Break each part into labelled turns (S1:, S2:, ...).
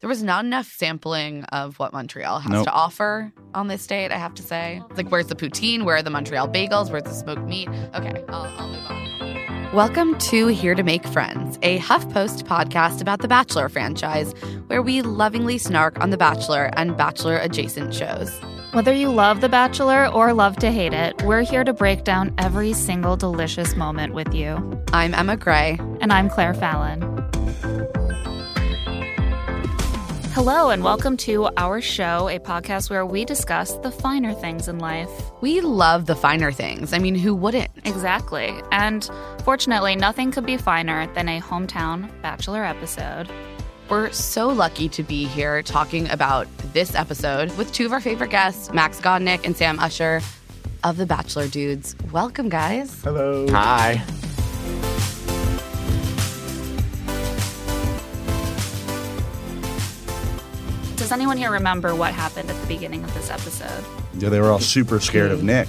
S1: There was not enough sampling of what Montreal has
S2: Nope.
S1: to offer on this date, I have to say. It's like, where's the poutine? Where are the Montreal bagels? Where's the smoked meat? Okay, I'll, I'll move on.
S3: Welcome to Here to Make Friends, a HuffPost podcast about the Bachelor franchise, where we lovingly snark on The Bachelor and Bachelor adjacent shows.
S4: Whether you love The Bachelor or love to hate it, we're here to break down every single delicious moment with you.
S3: I'm Emma Gray.
S4: And I'm Claire Fallon. Hello, and welcome to our show, a podcast where we discuss the finer things in life.
S3: We love the finer things. I mean, who wouldn't?
S4: Exactly. And fortunately, nothing could be finer than a hometown bachelor episode.
S3: We're so lucky to be here talking about this episode with two of our favorite guests, Max Godnick and Sam Usher of The Bachelor Dudes. Welcome, guys.
S2: Hello. Hi.
S4: Does anyone here remember what happened at the beginning of this episode?
S2: Yeah, they were all super scared of Nick.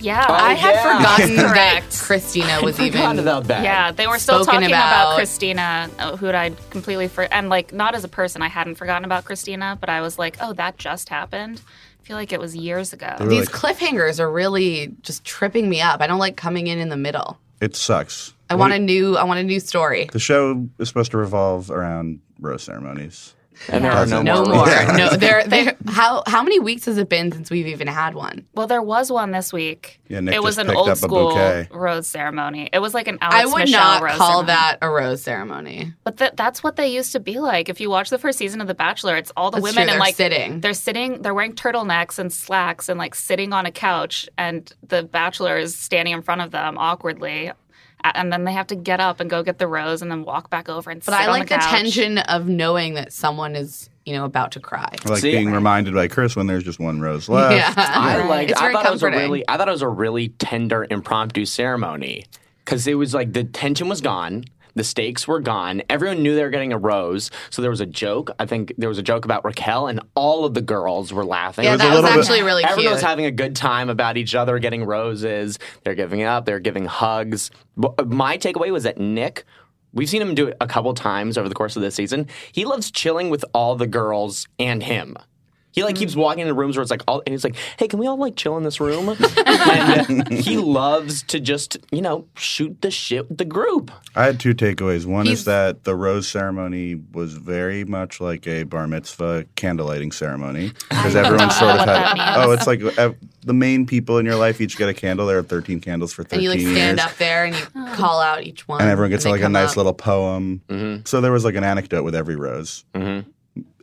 S4: Yeah.
S1: I had
S5: yeah.
S1: forgotten
S4: That's
S1: that
S4: correct.
S1: Christina was even.
S5: forgot about that.
S4: yeah, they were still
S1: Spoken
S4: talking about,
S1: about.
S4: Christina, uh, who I'd completely for and like not as a person, I hadn't forgotten about Christina, but I was like, oh, that just happened. I feel like it was years ago.
S2: They were
S1: These
S2: like,
S1: cliffhangers are really just tripping me up. I don't like coming in in the middle.
S2: it sucks.
S1: I want a new. I want a new story.
S2: The show is supposed to revolve around rose ceremonies.
S5: And there are no,
S1: No
S5: more.
S1: more.
S5: Yeah.
S1: No, there. There. How how many weeks has it been since we've even had one?
S4: Well, there was one this week.
S2: Yeah, Nick
S4: it was
S2: just
S4: an
S2: picked
S4: old
S2: up a
S4: school
S2: bouquet.
S4: rose ceremony. It was like an Alex
S1: I would
S4: Oh, Michelle
S1: not
S4: rose
S1: call
S4: ceremony.
S1: that a rose ceremony.
S4: But th- that's what they used to be like. If you watch the first season of The Bachelor, it's all the
S1: That's
S4: women
S1: true,
S4: and
S1: they're
S4: like
S1: sitting.
S4: they're sitting, they're wearing turtlenecks and slacks and like sitting on a couch, and the Bachelor is standing in front of them awkwardly, A- and then they have to get up and go get the rose and then walk back over and.
S1: But
S4: sit
S1: I
S4: on
S1: like the,
S4: the, couch.
S1: tension of knowing that someone is, you know, about to cry.
S2: I Like
S5: See?
S2: being reminded by Chris when there's just one rose left.
S1: yeah.
S5: I like.
S1: It's
S5: I
S1: very
S5: thought it was a
S1: comforting.
S5: really. I thought it was a really tender impromptu ceremony because it was like the tension was gone. The stakes were gone. Everyone knew they were getting a rose. So there was a joke. I think there was a joke about Raquel, and all of the girls were laughing.
S1: Yeah,
S2: was a
S1: that was
S2: little bit-
S1: actually really
S5: Everyone
S1: cute.
S5: was having a good time about each other, getting roses. They're giving up. They're giving hugs. But my takeaway was that Nick, we've seen him do it a couple times over the course of this season. He loves chilling with all the girls and him. He like keeps walking into rooms where it's like all, and he's like, "Hey, can we all like chill in this room?" and he loves to just you know shoot the shit with the group.
S2: I had two takeaways. One
S1: He's-
S2: is that the rose ceremony was very much like a bar mitzvah candlelighting ceremony because everyone sort of
S4: what
S2: had.
S4: that means.
S2: Oh, it's like uh, the main people in your life each get a candle. There are 13 candles for 13
S1: and you like
S2: years.
S1: stand up there and you
S4: Oh.
S1: call out each one,
S2: and everyone gets
S1: Um, they
S2: like a
S1: come
S2: nice
S1: up.
S2: little poem.
S5: Mm-hmm.
S2: So there was like an anecdote with every rose.
S5: Mhm.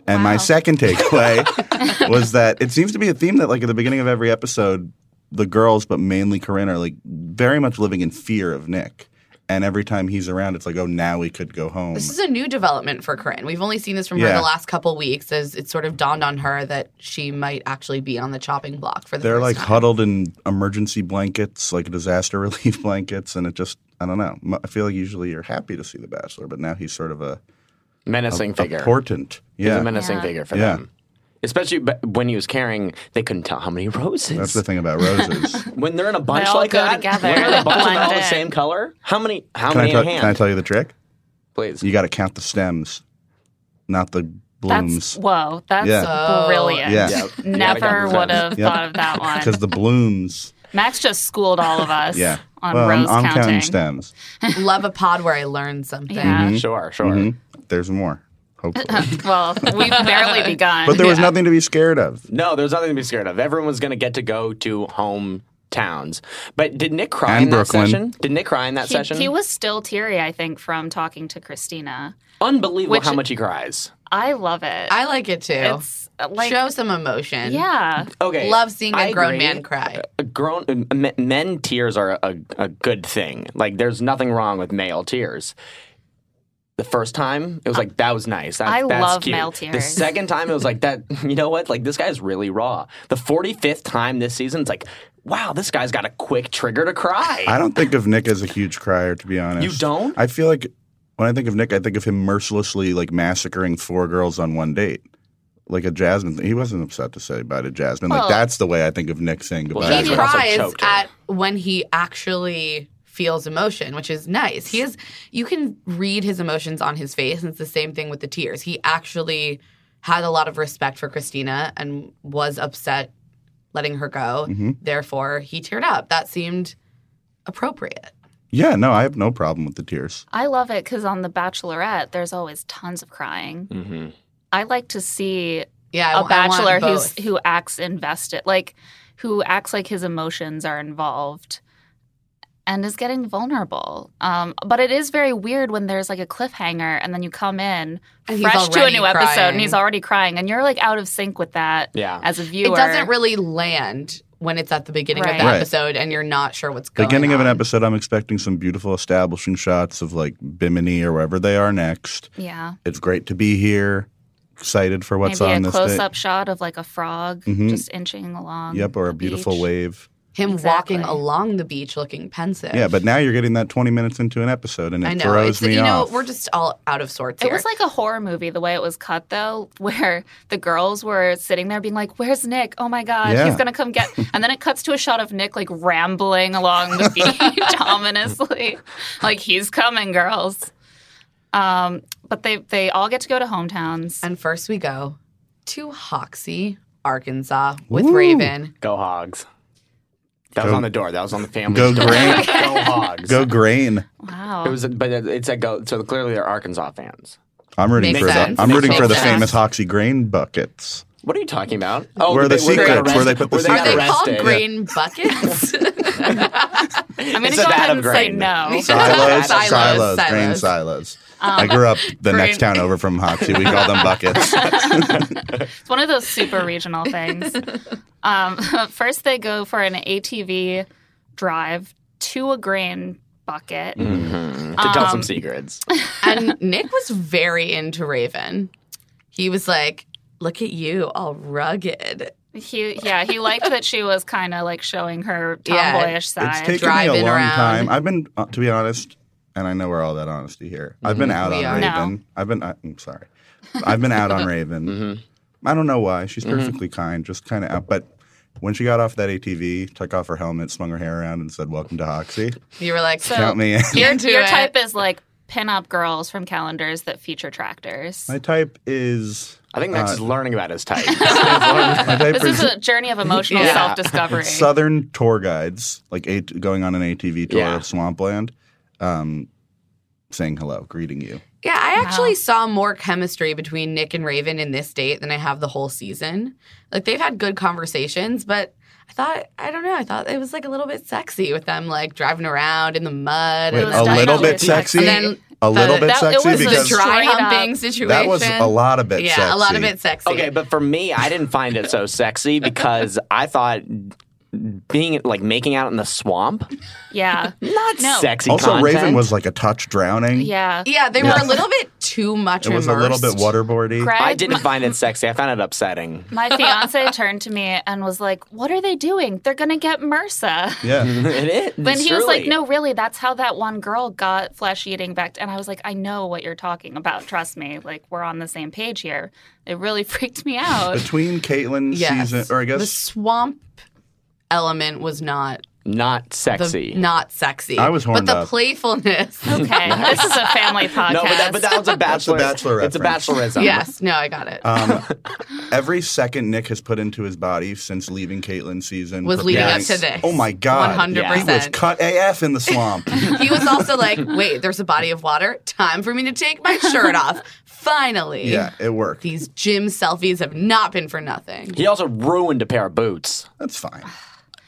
S2: And
S4: Wow.
S2: my second takeaway was that it seems to be a theme that like at the beginning of every episode, the girls, but mainly Corinne, are like very much living in fear of Nick. And every time he's around, it's like, oh, now we could go home.
S1: This is a new development for Corinne. We've only seen this from her
S2: Yeah.
S1: the last couple weeks as it sort of dawned on her that she might actually be on the chopping block for the
S2: They're
S1: first
S2: like
S1: time.
S2: huddled in emergency blankets, like disaster relief blankets, and it just. I don't know. M- I feel like usually you're happy to see The Bachelor, but now he's sort of a,
S5: Menacing
S2: a
S5: figure.
S2: portent.
S5: He's
S2: Yeah.
S5: a menacing figure for
S2: Yeah.
S5: them. Especially b- when he was carrying, they couldn't tell how many roses.
S2: That's the thing about roses.
S5: When they're in a bunch
S4: They all
S5: like
S4: go
S5: that,
S4: together,
S5: when they're in a bunch and they're all
S4: blend
S5: the
S4: in.
S5: same color, how many? How
S2: can, I
S5: many
S2: tell,
S5: in hand?
S2: can I tell you the trick?
S5: Please.
S2: You got to count the stems, not the
S4: That's
S2: blooms.
S4: whoa, that's
S2: Yeah.
S4: brilliant.
S2: Yeah.
S5: Yeah.
S4: Never would have
S2: Yep.
S4: thought of that one.
S2: Because the blooms,
S4: Max just schooled all of us
S2: yeah.
S4: on
S2: well,
S4: rose
S2: I'm, I'm
S4: counting.
S2: counting stems. Hmm?
S1: Love a pod where I learn something.
S4: Yeah.
S2: Mm-hmm.
S5: Sure, sure.
S2: Mhm. There's more. hopefully.
S4: well, we've barely begun.
S2: but there was nothing to be scared of.
S5: No, there's nothing to be scared of. Everyone was going to get to go to hometowns. But did Nick cry
S2: And
S5: in that
S2: Brooklyn.
S5: session? Did Nick cry in that
S4: he,
S5: session?
S4: he was still teary, I think, from talking to Christina.
S5: Unbelievable
S4: Which-
S5: how much he cries.
S4: I love it.
S1: I like it too.
S4: it's uh, like
S1: Show some emotion.
S4: yeah,
S5: Okay.
S1: Love seeing a
S5: I
S1: grown
S5: agree.
S1: man cry.
S5: A grown m- m- men tears are a, a good thing. Like there's nothing wrong with male tears. The first time, it was like that was nice. That,
S4: I
S5: that's
S4: love
S5: cute.
S4: male
S5: The
S4: tears.
S5: second time, it was like that. You know what? Like this guy's really raw. The 45th time this season, it's like, wow, this guy's got a quick trigger to cry.
S2: I don't think of Nick as a huge crier, to be honest.
S5: You don't?
S2: I feel like when I think of Nick, I think of him mercilessly like massacring four girls on one date. Like a Jasmine thing. He wasn't upset to say about it, Jasmine. Like
S4: Well-
S2: that's the way I think of Nick saying
S5: Well,
S2: goodbye.
S5: that's
S1: he
S5: what also
S1: cries
S5: choked her.
S1: at when he actually feels emotion, which is nice. He is you can read his emotions on his face, and it's the same thing with the tears. He actually had a lot of respect for Christina and was upset letting her go.
S2: Mm. Mm-hmm.
S1: Therefore, he teared up. That seemed appropriate.
S2: yeah, no, I have no problem with the tears.
S4: I love it because on The Bachelorette, there's always tons of crying.
S5: Mm-hmm.
S4: I like to see
S1: Yeah, I
S4: a
S1: wa- I want
S4: bachelor who's
S1: both.
S4: who acts invested, like who acts like his emotions are involved and is getting vulnerable. Um, but it is very weird when there's like a cliffhanger and then you come in
S1: And he's
S4: fresh to a
S1: already
S4: new episode
S1: crying.
S4: and he's already crying and you're like out of sync with that
S5: Yeah.
S4: as a viewer.
S1: it doesn't really land when it's at the beginning of
S4: Right.
S1: the
S2: Right.
S1: episode and you're not sure what's going
S2: Beginning
S1: on.
S2: of an episode, I'm expecting some beautiful establishing shots of like Bimini or wherever they are next.
S4: yeah.
S2: It's great to be here. Excited for what's
S4: Maybe
S2: on
S4: a
S2: this
S4: close
S2: day.
S4: up shot of like a frog
S2: Mhm.
S4: just inching along.
S2: Yep, or a
S4: the
S2: beautiful
S4: beach.
S2: wave.
S1: Him
S4: Exactly.
S1: walking along the beach looking pensive.
S2: Yeah, but now you're getting that 20 minutes into an episode, and it
S1: I know.
S2: throws
S1: it's,
S2: me
S1: you
S2: off.
S1: know, we're just all out of sorts
S4: It
S1: here.
S4: was like a horror movie the way it was cut though, where the girls were sitting there being like, "Where's Nick? Oh my god,
S2: Yeah.
S4: he's gonna come get!" And then it cuts to a shot of Nick like rambling along the beach ominously, like he's coming, girls. Um, but they they all get to go to hometowns.
S1: and first we go to Hoxie, Arkansas with
S2: Woo.
S1: Raven.
S5: Go hogs. That was
S2: Go-
S5: on the door. That was on the family
S2: Go
S5: door.
S2: Grant.
S5: go hogs.
S2: Go grain.
S4: Wow,
S5: It was, but it, it said go. So clearly they're Arkansas fans.
S2: I'm rooting
S1: Makes
S2: for
S1: sense.
S2: the I'm
S1: Makes
S2: rooting for the
S1: sense.
S2: famous Hoxie grain buckets.
S5: What are you talking about? Oh,
S2: Where are
S5: they-
S2: the
S5: were they
S2: secrets? Where they
S5: arrested-
S2: put the
S5: were
S1: Are they
S2: secrets?
S1: called
S5: arrested?
S1: grain buckets?
S4: I'm gonna
S5: It's
S4: go
S5: a vat
S4: ahead
S5: of
S4: and say
S5: grain.
S4: no.
S2: Silos,
S1: Silos,
S2: silos, grain
S1: silos. Um,
S2: silos. I grew up the next town over from Hoxie. We call them buckets.
S4: It's one of those super regional things. Um, first, they go for an ATV drive to a grain bucket.
S2: Mm.
S5: Mhm. To tell
S4: Um,
S5: some secrets.
S1: and Nick was very into Raven. He was like, Look at you, all rugged.
S4: He yeah, he liked that she was kind of like showing her
S1: Yeah.
S4: tomboyish
S2: It's
S4: side.
S2: taken me a
S1: Driving
S2: long
S1: around.
S2: time. I've been, uh, to be honest, and I know we're all that honesty here. I've been out
S1: Mm-hmm. We
S2: on
S1: are.
S4: No.
S2: Raven. I've been. I, I'm sorry. I've been out on Raven.
S5: Mm-hmm.
S4: Mm-hmm.
S2: I don't know why. She's perfectly kind, just kind of out. But when she got off that ATV, took off her helmet, swung her hair around, and said, "Welcome to Hoxie."
S1: You were like,
S4: So-
S2: Count me in.
S4: your
S1: Into
S4: your
S1: it.
S4: type is like pinup girls from calendars that feature tractors.
S2: My type is.
S5: I think Max
S2: Uh,
S5: is learning about his type.
S2: My type
S4: This is a journey of emotional
S1: Yeah.
S4: self discovery.
S2: Southern tour guides, like a, going on an ATV tour
S5: Yeah.
S2: of swampland, um, saying hello, greeting you.
S1: Yeah, I actually saw more chemistry between Nick and Raven in this date than I have the whole season. Like they've had good conversations, but I thought I don't know, I thought it was like a little bit sexy with them like driving around in the mud
S2: Wait,
S1: and
S4: was
S2: a little
S4: definitely
S2: bit sexy.
S1: And then
S2: a little bit
S4: that- it
S2: sexy
S4: was a
S2: because
S1: the dry
S4: Straight up.
S1: humping situation.
S2: that was a lot of bit
S1: yeah,
S2: sexy.
S1: a lot of it sexy.
S5: okay, but for me, I didn't find it so sexy because I thought being like making out in the swamp,
S4: yeah.
S5: not
S4: No.
S5: sexy.
S2: Also, Raven
S5: content.
S2: was like a touch drowning.
S4: Yeah.
S1: yeah, they
S2: Yeah.
S1: were a little bit too much.
S2: It was a little bit
S1: immersed.
S2: waterboardy.
S4: Greg,
S5: I didn't find it sexy. I found it upsetting.
S4: My fiance turned to me and was like, What are they doing? They're going to get MRSA.
S2: Yeah.
S5: it is.
S4: Then he was like,
S5: surely.
S4: No, really, that's how that one girl got flesh eating back. And I was like, I know what you're talking about. Trust me. Like, we're on the same page here. It really freaked me out.
S2: Between Caitlyn
S1: Yes.
S2: season, or I
S1: the
S2: guess
S1: swamp element was not
S5: not
S1: The
S5: sexy.
S1: not sexy.
S2: I was horned
S1: But the
S2: up.
S1: playfulness.
S4: Okay, this is a family podcast.
S5: no, but that, but that was a
S2: That's a
S5: bachelor.
S2: Bachelor
S5: It's a
S2: reference.
S5: bachelorism.
S1: yes. No, I got it.
S2: Um, every second Nick has put into his body since leaving Caitlyn's season
S1: Was leading
S2: preparing-
S1: up to this.
S2: Oh my god,
S1: 100%.
S2: He was cut AF in the swamp.
S1: he was also like, wait, there's a body of water. Time for me to take my shirt off. Finally.
S2: yeah, it worked.
S1: These gym selfies have not been for nothing.
S5: He also ruined a pair of boots.
S2: That's fine.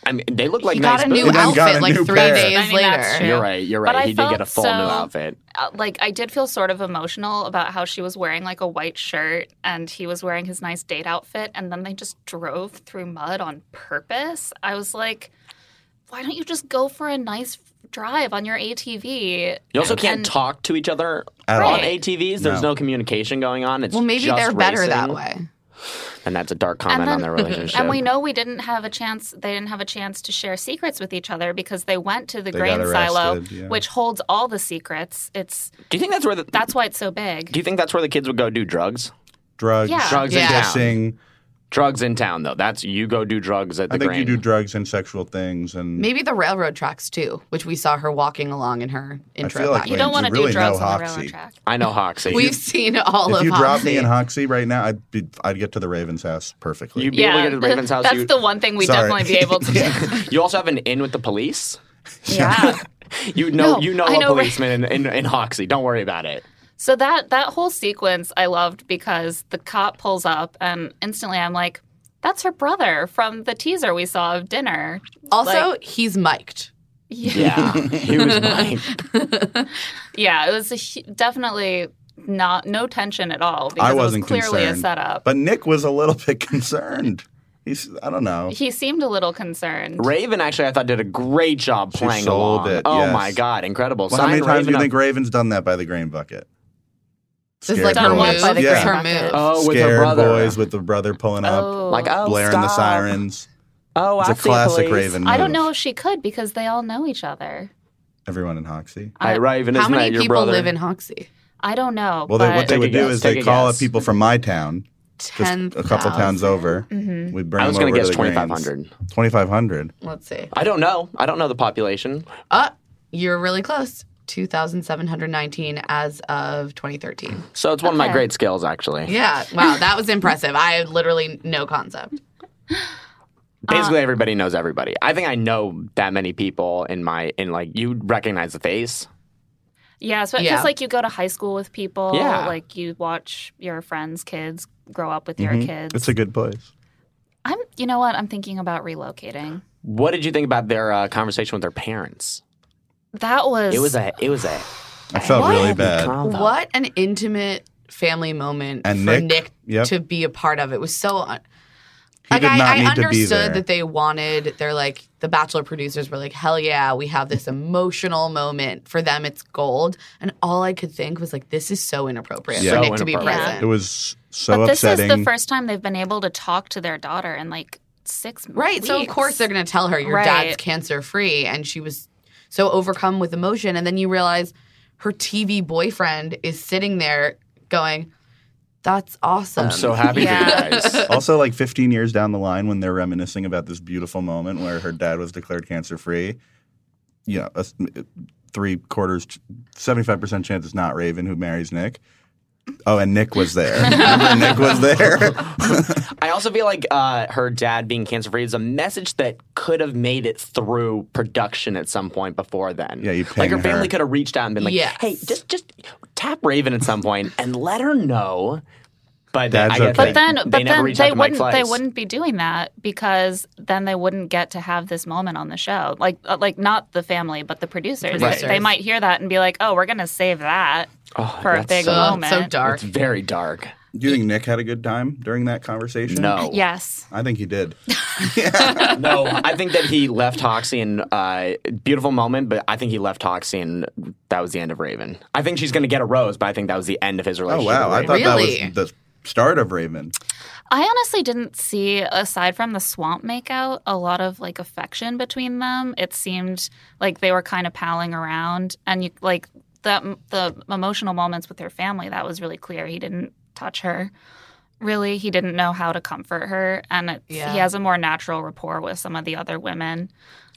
S5: I mean, they look like
S1: he
S5: nice
S1: got a
S5: boots.
S1: new
S2: And then got
S1: outfit
S2: a
S1: like
S2: new
S1: three
S2: pair.
S1: days
S4: I mean,
S1: later.
S4: that's true.
S5: You're right. You're right.
S4: But I
S5: he did get a
S4: felt
S5: full
S4: so-
S5: new outfit.
S4: uh, like I did feel sort of emotional about how she was wearing like a white shirt and he was wearing his nice date outfit and then they just drove through mud on purpose. I was like, why don't you just go for a nice drive on your ATV?
S5: You also can't
S4: And-
S5: talk to each other
S2: At
S5: on
S2: all.
S5: ATVs. There's
S2: No.
S5: no communication going on. It's
S1: Well, maybe
S5: just
S1: they're better
S5: racing.
S1: that way.
S5: And that's a dark comment on
S4: then-
S5: their relationship.
S4: And we know we didn't have a chance. They didn't have a chance to share secrets with each other because they went to the
S2: They got
S4: grain silo,
S2: arrested, yeah.
S4: which holds all the secrets. It's
S5: do you think that's where the,
S4: that's why it's so big.
S5: Do you think that's where the kids would go do drugs?
S2: Drugs,
S4: Yeah.
S5: Drugs
S1: Yeah.
S5: in town.
S2: kissing.
S5: Drugs in town, though. That's you go do drugs at the
S2: I think
S5: grain.
S2: you do drugs and sexual things, and
S1: Maybe the railroad tracks too, which we saw her walking along in her intro.
S2: feel like
S1: bio.
S4: You don't
S2: you
S4: want to
S2: really
S4: do drugs
S2: know
S4: on the railroad
S2: Hoxie.
S4: track.
S5: I know Hoxie.
S1: We've seen all
S2: if
S1: of
S2: you dropped me in
S1: Hoxie.
S2: Hoxie right now, I'd be, I'd get to the Ravens house perfectly.
S5: You'd be able to get to the Ravens house.
S4: That's
S5: You,
S4: the one thing we'd
S2: Sorry.
S4: definitely be able to do. yeah.
S5: you also have an in with the police. You know,
S4: No,
S5: you know
S4: I
S5: a
S4: know Ra-
S5: policeman in, in, in Hoxie. Don't worry about it.
S4: So that that whole sequence I loved because the cop pulls up and instantly I'm like, that's her brother from the teaser we saw of dinner.
S1: Also,
S4: Like-
S1: he's mic'd.
S5: Yeah, he was mine.
S4: Yeah, it was a, hu- definitely not no tension at all because
S2: I wasn't
S4: it was clearly
S2: concerned,
S4: a setup.
S2: but Nick was a little bit concerned. He's, I don't know.
S4: he seemed a little concerned.
S5: Raven actually, I thought did a great job
S2: She
S5: playing
S2: sold
S5: along.
S2: it,
S5: oh
S2: yes.
S5: my god, incredible!
S2: Well, how
S5: Sign
S2: many times
S5: Raven
S2: do you
S5: up-
S2: think Raven's done that by the grain bucket?
S1: This is like
S2: Scared
S1: her
S4: Done what
S1: move.
S4: by the
S2: Yeah.
S1: Her
S4: grandmother?
S1: move.
S5: Oh, with her
S2: Scared
S5: brother.
S2: boys with the brother pulling up,
S4: Oh.
S5: like oh,
S2: blaring the
S5: stop.
S2: sirens.
S5: Oh,
S2: It's
S5: I
S2: a
S5: see
S2: classic
S5: police.
S2: Raven. Move.
S4: I don't know if she could because they all know each other.
S2: everyone in Hoxie.
S5: Hi, Raven.
S1: How
S5: isn't
S1: many
S5: that your
S1: people
S5: brother?
S1: live in Hoxie?
S4: I don't know. but,
S2: Well, they, what they
S5: Take a
S2: would do
S5: guess,
S2: is they
S5: take a
S2: call up
S5: guess.
S2: people from my town, just
S1: Ten.
S2: a couple towns over.
S4: Mhm.
S2: We'd bring
S5: Mm-hmm. I was
S2: them over
S5: going to guess
S2: to the
S5: twenty
S2: Grains.
S5: five hundred.
S2: 2,500.
S1: Let's see.
S5: I don't know. I don't know the population.
S1: Uh, you're really close. 2,719 as of 2013.
S5: So it's one of my
S4: Okay.
S5: great skills, actually.
S1: Yeah. Wow. That was impressive. I had literally no concept.
S5: Basically, everybody knows everybody. I think I know that many people in my in like you recognize the face.
S4: yeah, so
S1: Yeah.
S4: just like you go to high school with people,
S5: Yeah.
S4: like you watch your friends' kids grow up with
S5: Mm-hmm.
S4: your kids.
S2: It's a good place.
S4: I'm, you know what? I'm thinking about relocating.
S5: What did you think about their uh, conversation with their parents?
S4: That was
S5: It was a it was a
S2: I felt
S1: What?
S2: really bad.
S5: combo.
S1: What an intimate family moment
S2: And
S1: for
S2: Nick? Yep.
S1: to be a part of. It was so. Un-
S2: He
S1: like
S2: did not
S1: I, I
S2: need to be there.
S1: understood that they wanted. They're like the Bachelor producers were like, hell yeah, we have this emotional moment for them. It's gold, and all I could think was like, this is so inappropriate
S2: Yeah.
S1: for
S5: So
S1: Nick to be
S5: inappropriate.
S1: present.
S2: It was so
S4: but
S2: upsetting.
S4: This is the first time they've been able to talk to their daughter in like six months.
S1: Right. So of course they're going to tell her your dad's
S4: Right.
S1: cancer free, and she was so overcome with emotion, and then you realize her TV boyfriend is sitting there going, "That's awesome."
S5: I'm so happy
S4: Yeah.
S5: for you guys.
S2: also, like 15 years down the line, when they're reminiscing about this beautiful moment where her dad was declared cancer free, you know, a s- three quarters, 75% chance it's not Raven who marries Nick. Oh, and Nick was there. Remember Nick was there.
S5: I also feel like uh, her dad being cancer free is a message that could have made it through production at some point before then.
S2: Yeah, you
S5: like her
S2: ping
S5: family
S2: her.
S5: could have reached out and been like,
S1: Yes.
S5: "Hey, just just tap Raven at some point and let her know." But
S2: That's
S5: I guess
S2: okay.
S4: But
S5: they,
S4: then,
S5: they
S4: but
S5: never
S4: then
S5: reached
S4: they
S5: out to Mike
S4: wouldn't. They
S5: Fleiss.
S4: wouldn't be doing that because then they wouldn't get to have this moment on the show. Like, uh, like not the family, but the producers.
S1: Right.
S4: They might hear that and be like, "Oh, we're gonna save that
S5: Oh,
S4: for a
S5: that's
S4: big
S5: so-
S1: Oh,
S4: moment."
S1: it's so dark.
S5: It's very dark.
S2: Do you think Nick had a good time during that conversation?
S5: No.
S4: Yes.
S2: I think he did.
S5: no, I think that he left Hoxie in uh, beautiful moment, but I think he left Hoxie and that was the end of Raven. I think she's going to get a rose, but I think that was the end of his
S2: Oh,
S5: relationship.
S2: wow.
S5: with
S2: I
S5: Raven.
S2: thought
S1: Really?
S2: that was the start of Raven.
S4: I honestly didn't see, aside from the swamp makeout, a lot of like affection between them. It seemed like they were kind of palling around, and you like that the emotional moments with her family. That was really clear. He didn't touch her. Really, he didn't know how to comfort her, and it,
S1: Yeah.
S4: he has a more natural rapport with some of the other women.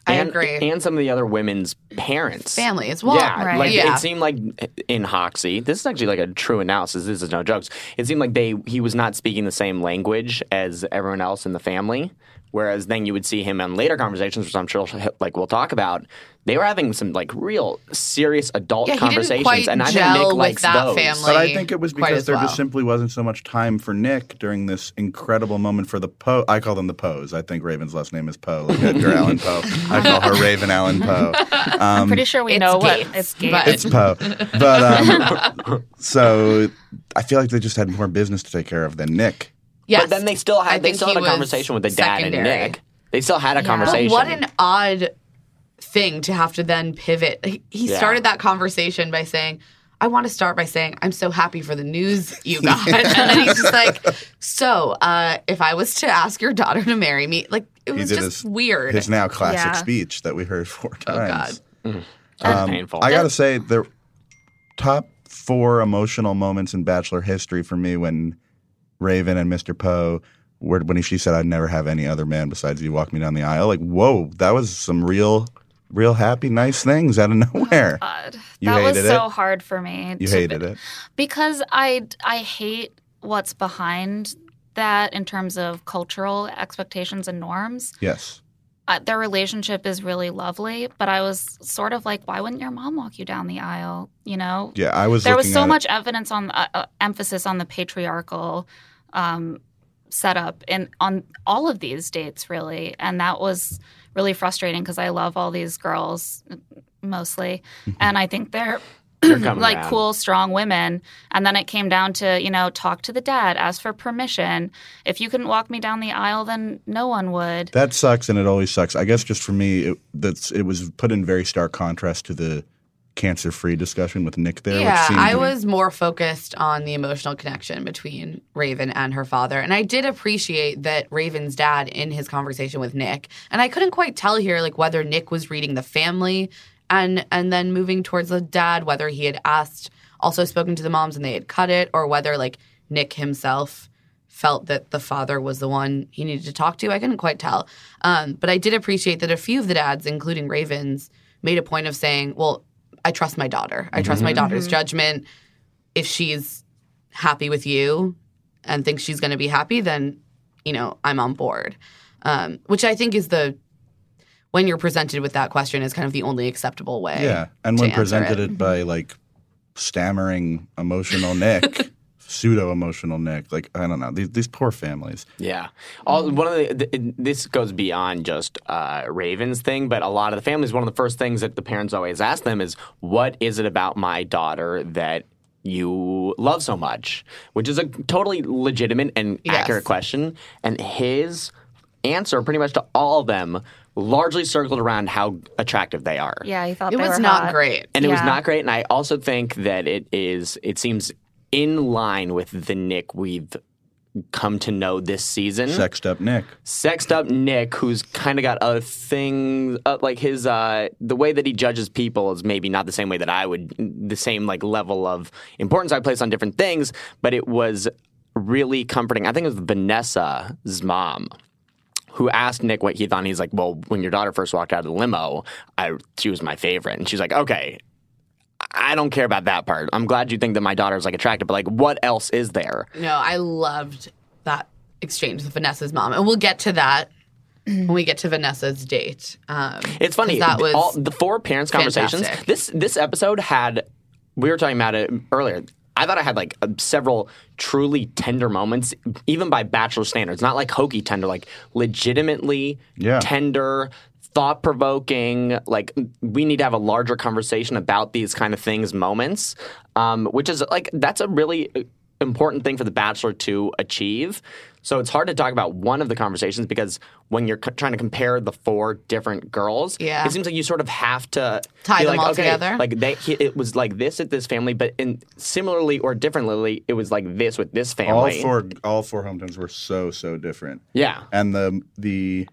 S1: I
S5: and,
S1: agree.
S5: And some of the other women's parents.
S1: Families. Well,
S5: yeah,
S4: Right.
S5: like
S1: Yeah.
S5: it seemed like in Hoxie, this is actually like a true analysis. This is no jokes. It seemed like they he was not speaking the same language as everyone else in the family. Whereas then you would see him in later conversations, which I'm sure like we'll talk about. They were having some like real serious adult
S1: Yeah, he didn't
S5: conversations,
S1: quite
S5: and I
S1: gel
S5: think Nick
S1: with
S5: likes
S1: that
S5: those.
S1: family.
S2: But I think it was
S1: quite
S2: because
S1: as
S2: there
S1: well.
S2: just simply wasn't so much time for Nick during this incredible moment for the Poe. I call them the Poes. I think Raven's last name is Poe, like Edgar Allan Poe. I call her Raven Allen Poe. Um,
S4: Pretty sure we
S1: It's
S4: know
S1: Gates,
S4: what it's Gates.
S1: but-
S2: it's Poe. But um, so I feel like they just had more business to take care of than Nick.
S1: Yes.
S5: But then they still
S1: I
S5: had they
S1: think
S5: still
S1: he
S5: had a
S1: was
S5: conversation with the dad
S1: secondary.
S5: and Nick. They still had a
S4: Yeah.
S5: conversation.
S1: But what an odd thing to have to then pivot. He, he
S5: Yeah.
S1: started that conversation by saying, I want to start by saying, I'm so happy for the news you got. and then he's just like, So, uh, if I was to ask your daughter to marry me, like, it
S2: He
S1: was
S2: did
S1: just
S2: his-
S1: weird.
S2: His now classic
S4: Yeah.
S2: speech that we heard four
S1: Oh,
S2: times.
S5: That was
S2: Um,
S5: painful.
S2: I gotta say, the top four emotional moments in Bachelor history for me when Raven and Mr. Poe were when she said, "I'd never have any other man besides you walk me down the aisle." Like, whoa, that was some real, real happy, nice things out of nowhere.
S4: God.
S2: You
S4: that was
S2: hated
S4: so
S2: it?
S4: hard for me.
S2: you
S4: to-
S2: hated it.
S4: because I I hate what's behind that in terms of cultural expectations and norms.
S2: Yes.
S4: Uh, their relationship is really lovely, but I was sort of like, why wouldn't your mom walk you down the aisle? You know,
S2: Yeah, I was.
S4: there
S2: looking
S4: was so
S2: at it.
S4: much evidence on uh, uh, emphasis on the patriarchal um, setup and on all of these dates really and that was really frustrating because i love all these girls mostly
S2: Mm-hmm.
S4: and i think they're
S5: You're coming
S4: like
S5: around.
S4: cool strong women and then it came down to you know talk to the dad ask for permission if you couldn't walk me down the aisle then no one would
S2: That sucks, and it always sucks. I guess just for me, it, that's it was put in very stark contrast to the cancer-free discussion with Nick there.
S1: Yeah,
S2: which seemed,
S1: I was more focused on the emotional connection between Raven and her father. And I did appreciate that Raven's dad in his conversation with Nick. And I couldn't quite tell here like whether Nick was reading the family and and then moving towards the dad, whether he had asked also spoken to the moms and they had cut it, or whether like Nick himself felt that the father was the one he needed to talk to. I couldn't quite tell. Um, but I did appreciate that a few of the dads, including Ravens, made a point of saying, well, I trust my daughter. I
S5: Mm-hmm.
S1: trust my daughter's judgment. If she's happy with you and thinks she's going to be happy, then, you know, I'm on board. Um, which I think is the, when you're presented with that question, is kind of the only acceptable way.
S2: Yeah, and
S1: to
S2: when
S1: answer
S2: presented
S1: it.
S2: it. by like stammering, emotional Nick, pseudo emotional Nick, like I don't know these these poor families.
S5: Yeah. All, one of the, th this goes beyond just uh, Ravens thing, but a lot of the families, one of the first things that the parents always ask them is, "What is it about my daughter that you love so much?" Which is a totally legitimate and
S1: Yes.
S5: accurate question, and his answer, pretty much to all of them, largely circled around how attractive they are.
S4: yeah he thought
S1: It
S4: they
S1: was
S4: were
S1: not
S4: hot.
S1: great.
S5: And it was
S4: Yeah.
S5: not great. And I also think that it is, it seems in line with the Nick we've come to know this season.
S2: Sexed up Nick.
S5: Sexed up Nick, who's kind of got other things, uh, like his, uh, the way that he judges people is maybe not the same way that I would, the same like level of importance I place on different things, but it was really comforting. I think it was Vanessa's mom who asked Nick what he thought. And he's like, "Well, when your daughter first walked out of the limo, I she was my favorite." And she's like, "Okay, I don't care about that part. I'm glad you think that my daughter's like attractive, but like, what else is there?"
S1: No, I loved that exchange with Vanessa's mom, and we'll get to that when we get to Vanessa's date. Um,
S5: It's funny.
S1: 'cause That was
S5: all, the four parents conversations.
S1: fantastic.
S5: This this episode had. We were talking about it earlier. I thought I had like uh, several truly tender moments, even by bachelor standards. Not like hokey tender, like legitimately
S2: Yeah.
S5: tender, thought provoking. Like we need to have a larger conversation about these kind of things. Moments, um, which is like that's a really uh, important thing for the bachelor to achieve. So it's hard to talk about one of the conversations because when you're c- trying to compare the four different girls,
S1: Yeah.
S5: it seems like you sort of have to
S1: Tie
S5: be
S1: them
S5: like,
S1: all
S5: okay,
S1: together?
S5: Like they, he- it was like this at this family, but in similarly or differently, it was like this with this
S2: All
S5: family.
S2: four all four hometowns were so so different,
S5: yeah,
S2: and the the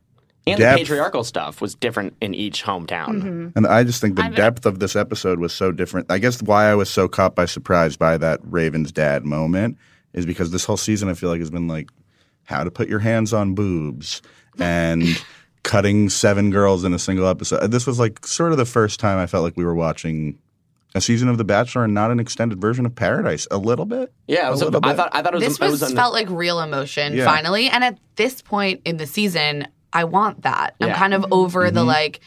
S5: and
S2: Depth.
S5: the patriarchal stuff was different in each hometown.
S1: Mm-hmm.
S2: and I just think the depth of this episode was so different. I guess why I was so caught by surprise by that Ravens dad moment is because this whole season I feel like has been like how to put your hands on boobs and cutting seven girls in a single episode. Uh, This was like sort of the first time I felt like we were watching a season of The Bachelor and not an extended version of Paradise. A little bit.
S5: Yeah, it was
S2: a
S5: a-
S2: little
S5: I
S2: bit.
S5: thought I thought it was.
S1: this
S5: it
S1: was,
S5: was an-
S1: felt like real emotion
S2: Yeah.
S1: finally. And at this point in the season, I want that. I'm
S5: Yeah.
S1: kind of over the
S2: Mm-hmm.
S1: like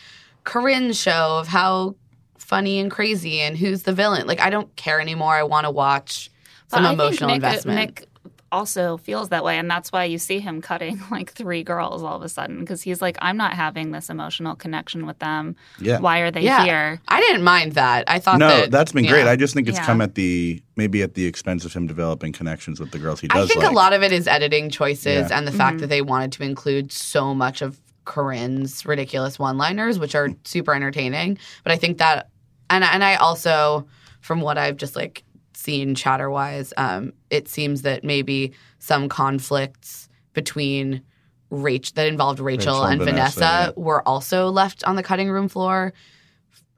S1: Corinne show of how funny and crazy and who's the villain. Like I don't care anymore. I want to watch some
S4: I think uh,
S1: emotional
S4: Nick,
S1: investment.
S4: Nick also feels that way, and that's why you see him cutting like three girls all of a sudden because he's like, I'm not having this emotional connection with them.
S2: Yeah.
S4: Why are they
S1: Yeah.
S4: here?
S1: I didn't mind that. I thought
S2: No,
S1: that,
S2: that's been great.
S1: yeah.
S2: I just think it's
S4: Yeah.
S2: come at the maybe at the expense of him developing connections with the girls he
S1: I
S2: does.
S1: think
S2: like.
S1: a lot of it is editing choices
S2: Yeah.
S1: and the fact that they wanted to include so much of Corinne's ridiculous one-liners, which
S2: Mm.
S1: are super entertaining. But I think that, and and I also, from what I've just like seen chatter-wise, um, it seems that maybe some conflicts between Rach that involved Rachel,
S2: Rachel
S1: and
S2: and
S1: Vanessa,
S2: Vanessa,
S1: were also left on the cutting room floor.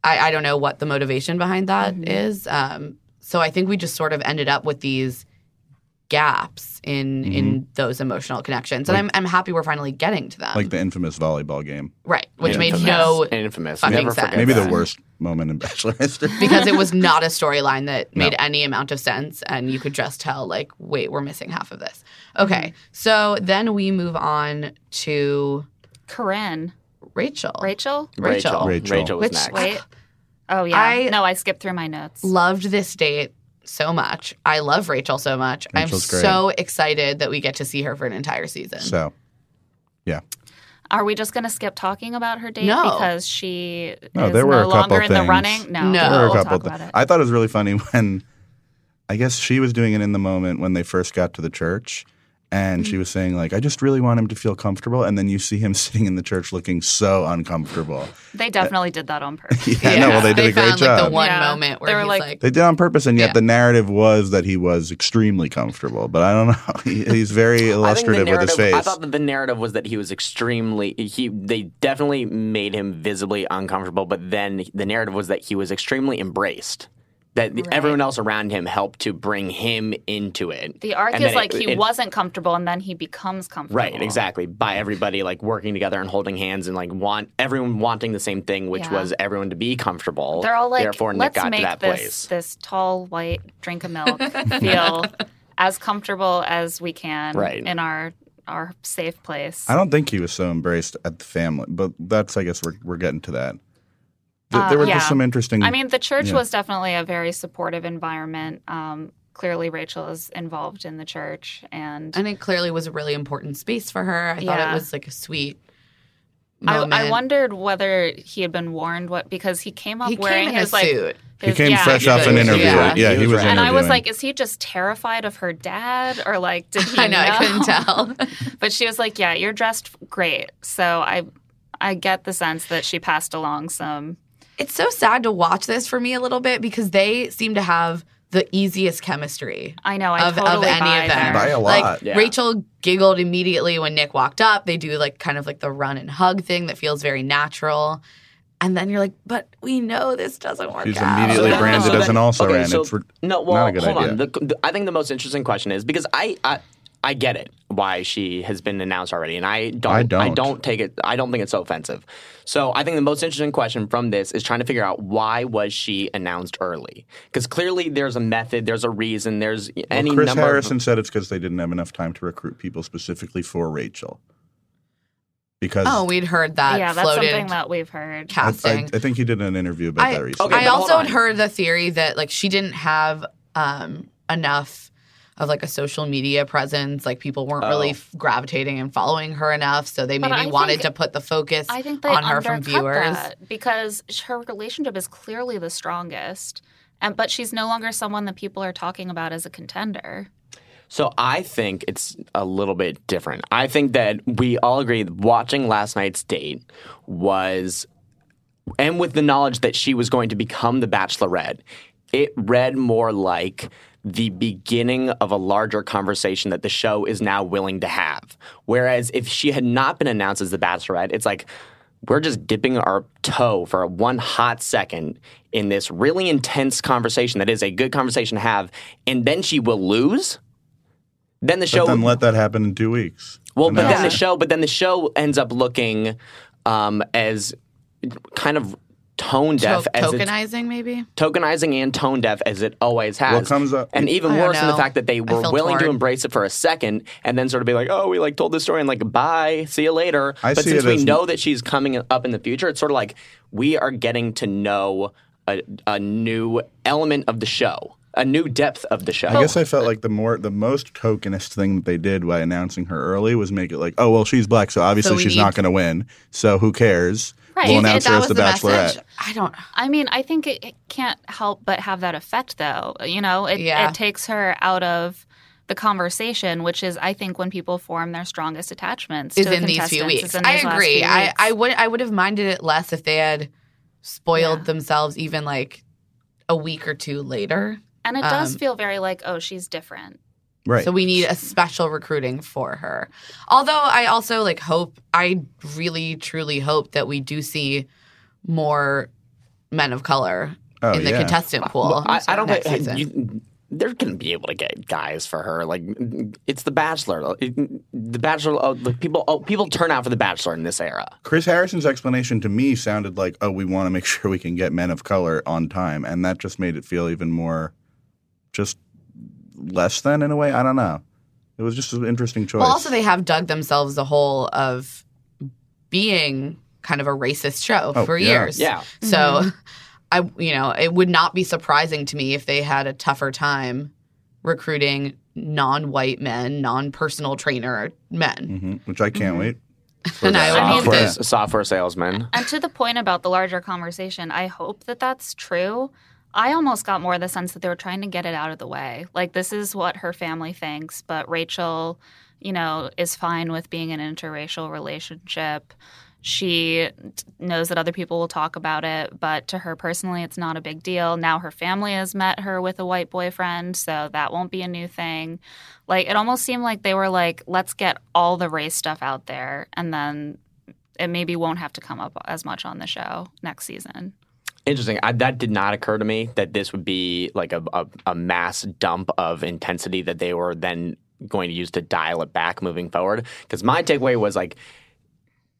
S1: I, I don't know what the motivation behind that is.
S4: Mhm.
S1: Um, so I think we just sort of ended up with these gaps in
S2: Mm-hmm.
S1: in those emotional connections, and I'm I'm happy we're finally getting to them.
S2: like the infamous volleyball game.
S1: right, which
S5: Yeah,
S1: made
S5: infamous.
S1: no
S5: infamous.
S1: fucking
S5: Never
S1: sense.
S5: forget
S2: Maybe
S5: that.
S2: the worst moment in Bachelor history.
S1: because it was not a storyline that
S2: No.
S1: made any amount of sense, and you could just tell like, wait, we're missing half of this.
S2: Mm-hmm.
S1: Okay, so then we move on to
S4: Corinne,
S1: Rachel.
S4: Rachel,
S1: Rachel.
S2: Rachel.
S5: Rachel was
S1: Which-
S5: next.
S4: wait. Oh yeah,
S1: I-
S4: no, I skipped through my notes.
S1: loved this date so much. I love Rachel so much.
S2: Rachel's
S1: I'm
S2: great.
S1: so excited that we get to see her for an entire season.
S2: so
S4: Are we just going to skip talking about her date
S1: No.
S4: because she
S2: No,
S4: is
S2: there were
S4: no
S2: a couple
S4: longer in the
S2: things.
S4: running? No,
S1: No.
S2: there were a
S4: we'll
S2: couple
S4: talk
S2: of
S4: about
S2: thi-
S4: it.
S2: I thought it was really funny when I guess she was doing it in the moment when they first got to the church. And she was saying, like, I just really want him to feel comfortable. And then you see him sitting in the church looking so uncomfortable.
S4: they definitely did that on purpose.
S2: Yeah, no, well, they did a great
S1: found,
S2: job.
S1: Like, the one
S4: Yeah.
S1: moment where
S4: They were
S1: he's
S4: like-
S1: like,
S2: They did on purpose, and yet
S1: Yeah.
S2: the narrative was that he was extremely comfortable. But I don't know. He, he's very
S5: I think the
S2: illustrative with his
S5: narrative- I
S2: face.
S5: thought that the narrative was that he was extremely he they definitely made him visibly uncomfortable, but then the narrative was that he was extremely embraced. That the- everyone else around him helped to bring him into it.
S4: The arc
S5: And
S4: is
S5: then
S4: like
S5: it-
S4: he
S5: it-
S4: wasn't comfortable and then he becomes comfortable.
S5: Right, exactly. By everybody like working together and holding hands and like want everyone wanting the same thing, which
S4: Yeah.
S5: was everyone to be comfortable.
S4: They're all like,
S5: therefore Nick
S4: let's
S5: got
S4: make
S5: to that
S4: this
S5: place.
S4: this tall white drink of milk feel as comfortable as we can
S5: Right.
S4: in our our safe place.
S2: I don't think he was so embraced at the family, but that's, I guess, we're, we're getting to that. Th-
S4: Uh,
S2: there were
S4: yeah.
S2: just some interesting.
S4: I mean, the church
S2: Yeah.
S4: was definitely a very supportive environment. Um, clearly, Rachel is involved in the church, and
S1: and it clearly was a really important space for her. I thought
S4: Yeah.
S1: it was like a sweet
S4: I,
S1: moment.
S4: I wondered whether he had been warned what because he came up
S1: He
S4: wearing
S1: came in
S4: his
S1: a
S4: like
S1: suit.
S2: he
S4: his-
S2: came
S4: yeah,
S2: fresh
S5: he
S2: off
S5: was.
S2: an interview.
S1: Yeah.
S2: Yeah,
S5: He
S2: he
S5: was
S2: was
S5: right.
S2: interviewing.
S4: And I was like, is he just terrified of her dad, or like did he
S1: I know, I couldn't tell.
S4: But she was like, "Yeah, you're dressed great." So I, I get the sense that she passed along some.
S1: it's so sad to watch this for me a little bit because they seem to have the easiest chemistry.
S4: I know I
S1: of,
S4: totally
S1: of any
S4: buy
S1: of them.
S4: there.
S2: By a
S1: Like
S2: lot.
S5: Yeah.
S1: Rachel giggled immediately when Nick walked up. They do like kind of like the run and hug thing that feels very natural. And then you're like, but we know this doesn't work
S2: She's
S1: out.
S2: immediately
S5: So then-
S2: branded
S5: so
S2: as an
S5: then-
S2: also
S5: okay,
S2: ran.
S5: so-
S2: it's re-
S5: No, well,
S2: not a good
S5: hold
S2: idea.
S5: on. The, the- I think the most interesting question is because I, I I get it why she has been announced already, and I don't
S2: I don't.
S5: take it. I don't think it's so offensive. So I think the most interesting question from this is trying to figure out why was she announced early? Because clearly there's a method, there's a reason, there's any
S2: well, Chris
S5: number.
S2: Harrison
S5: Of,
S2: said it's because they didn't have enough time to recruit people specifically for Rachel. Because
S1: Oh, we'd heard that
S4: yeah, that's
S1: floated
S4: something that we've heard.
S2: I, I,
S1: casting.
S2: I think he did an interview about
S1: I-
S2: that recently.
S5: Okay,
S1: I
S5: but hold
S1: also had
S5: on.
S1: heard the theory that like she didn't have um, enough of like a social media presence. Like people weren't really
S5: Oh.
S1: f- gravitating and following her enough, so they
S4: But
S1: maybe
S4: I
S1: wanted
S4: think-
S1: to put the focus
S4: I think they
S1: on her from
S4: undercut
S1: viewers.
S4: that because sh- her relationship is clearly the strongest, and but she's no longer someone that people are talking about as a contender.
S5: so I think it's a little bit different. I think that we all agree that watching last night's date was and with the knowledge that she was going to become the bachelorette, it read more like the beginning of a larger conversation that the show is now willing to have. Whereas if she had not been announced as the bachelorette, it's like we're just dipping our toe for one hot second in this really intense conversation that is a good conversation to have, and then she will lose. Then the show
S2: But then let that happen in two weeks.
S5: well,
S2: And
S5: but
S2: that's
S5: then the
S2: it.
S5: show, but then the show ends up looking um, as kind of tone deaf
S1: To-
S5: as it's
S1: tokenizing, maybe.
S5: tokenizing and tone deaf as it always has.
S2: What comes up-
S5: and even
S1: I don't
S5: worse in the
S1: know.
S5: fact that they
S1: I
S5: were
S1: felt
S5: willing to
S1: hard.
S5: embrace it for a second and then sort of be like, "Oh, we like told this story and like bye, see you later."
S2: I
S5: but
S2: see
S5: since
S2: it
S5: we
S2: as-
S5: know that she's coming up in the future, it's sort of like we are getting to know a, a new element of the show, a new depth of the show.
S2: I guess I felt like the more the most tokenist thing that they did by announcing her early was make it like, oh well, she's black, so obviously
S1: So we
S2: she's
S1: need-
S2: not going to win. So who cares?
S4: Right.
S2: We'll
S4: Do you think
S2: announce her as the, Bachelorette.
S1: I don't.
S4: I mean, I think it, it can't help but have that effect, though. You know, it,
S1: Yeah.
S4: it takes her out of the conversation, which is, I think, when people form their strongest attachments.
S1: Is
S4: to
S1: in these few
S4: contestants,
S1: weeks.
S4: is in
S1: I
S4: these last
S1: agree.
S4: few
S1: I,
S4: weeks.
S1: I would I would have minded it less if they had spoiled
S4: Yeah.
S1: themselves even like a week or two later.
S4: and it does
S1: um,
S4: feel very like, oh, she's different.
S2: Right.
S1: So we need a special recruiting for her. Although I also like hope I really truly hope that we do see more men of color
S2: oh,
S1: in the
S2: yeah.
S1: contestant pool.
S5: Well, I, I don't
S1: next
S5: think
S1: season.
S5: you- they're going to be able to get guys for her. Like it's The Bachelor. It- the Bachelor. Oh, the people. Oh, people turn out for The Bachelor in this era.
S2: Chris Harrison's explanation to me sounded like, oh, we want to make sure we can get men of color on time, and that just made it feel even more, just less than in a way. I don't know. It was just an interesting choice.
S1: Well, also they have dug themselves a hole of being kind of a racist show
S2: Oh,
S1: for
S2: yeah.
S1: years.
S5: Yeah.
S1: So I you know, it would not be surprising to me if they had a tougher time recruiting non-white men, non-personal trainer men.
S2: Mhm. which I can't wait. for
S1: And Mm-hmm. I would
S2: that.
S4: mean-
S5: software,
S2: Yeah.
S5: software salesman.
S4: And to the point about the larger conversation, I hope that that's true. I almost got more the sense that they were trying to get it out of the way. Like, this is what her family thinks, but Rachel, you know, is fine with being in an interracial relationship. She t- knows that other people will talk about it, but to her personally, it's not a big deal. Now her family has met her with a white boyfriend, so that won't be a new thing. Like, it almost seemed like they were like, let's get all the race stuff out there, and then it maybe won't have to come up as much on the show next season.
S5: Interesting. I, that did not occur to me that this would be like a, a, a mass dump of intensity that they were then going to use to dial it back moving forward. Because my takeaway was like,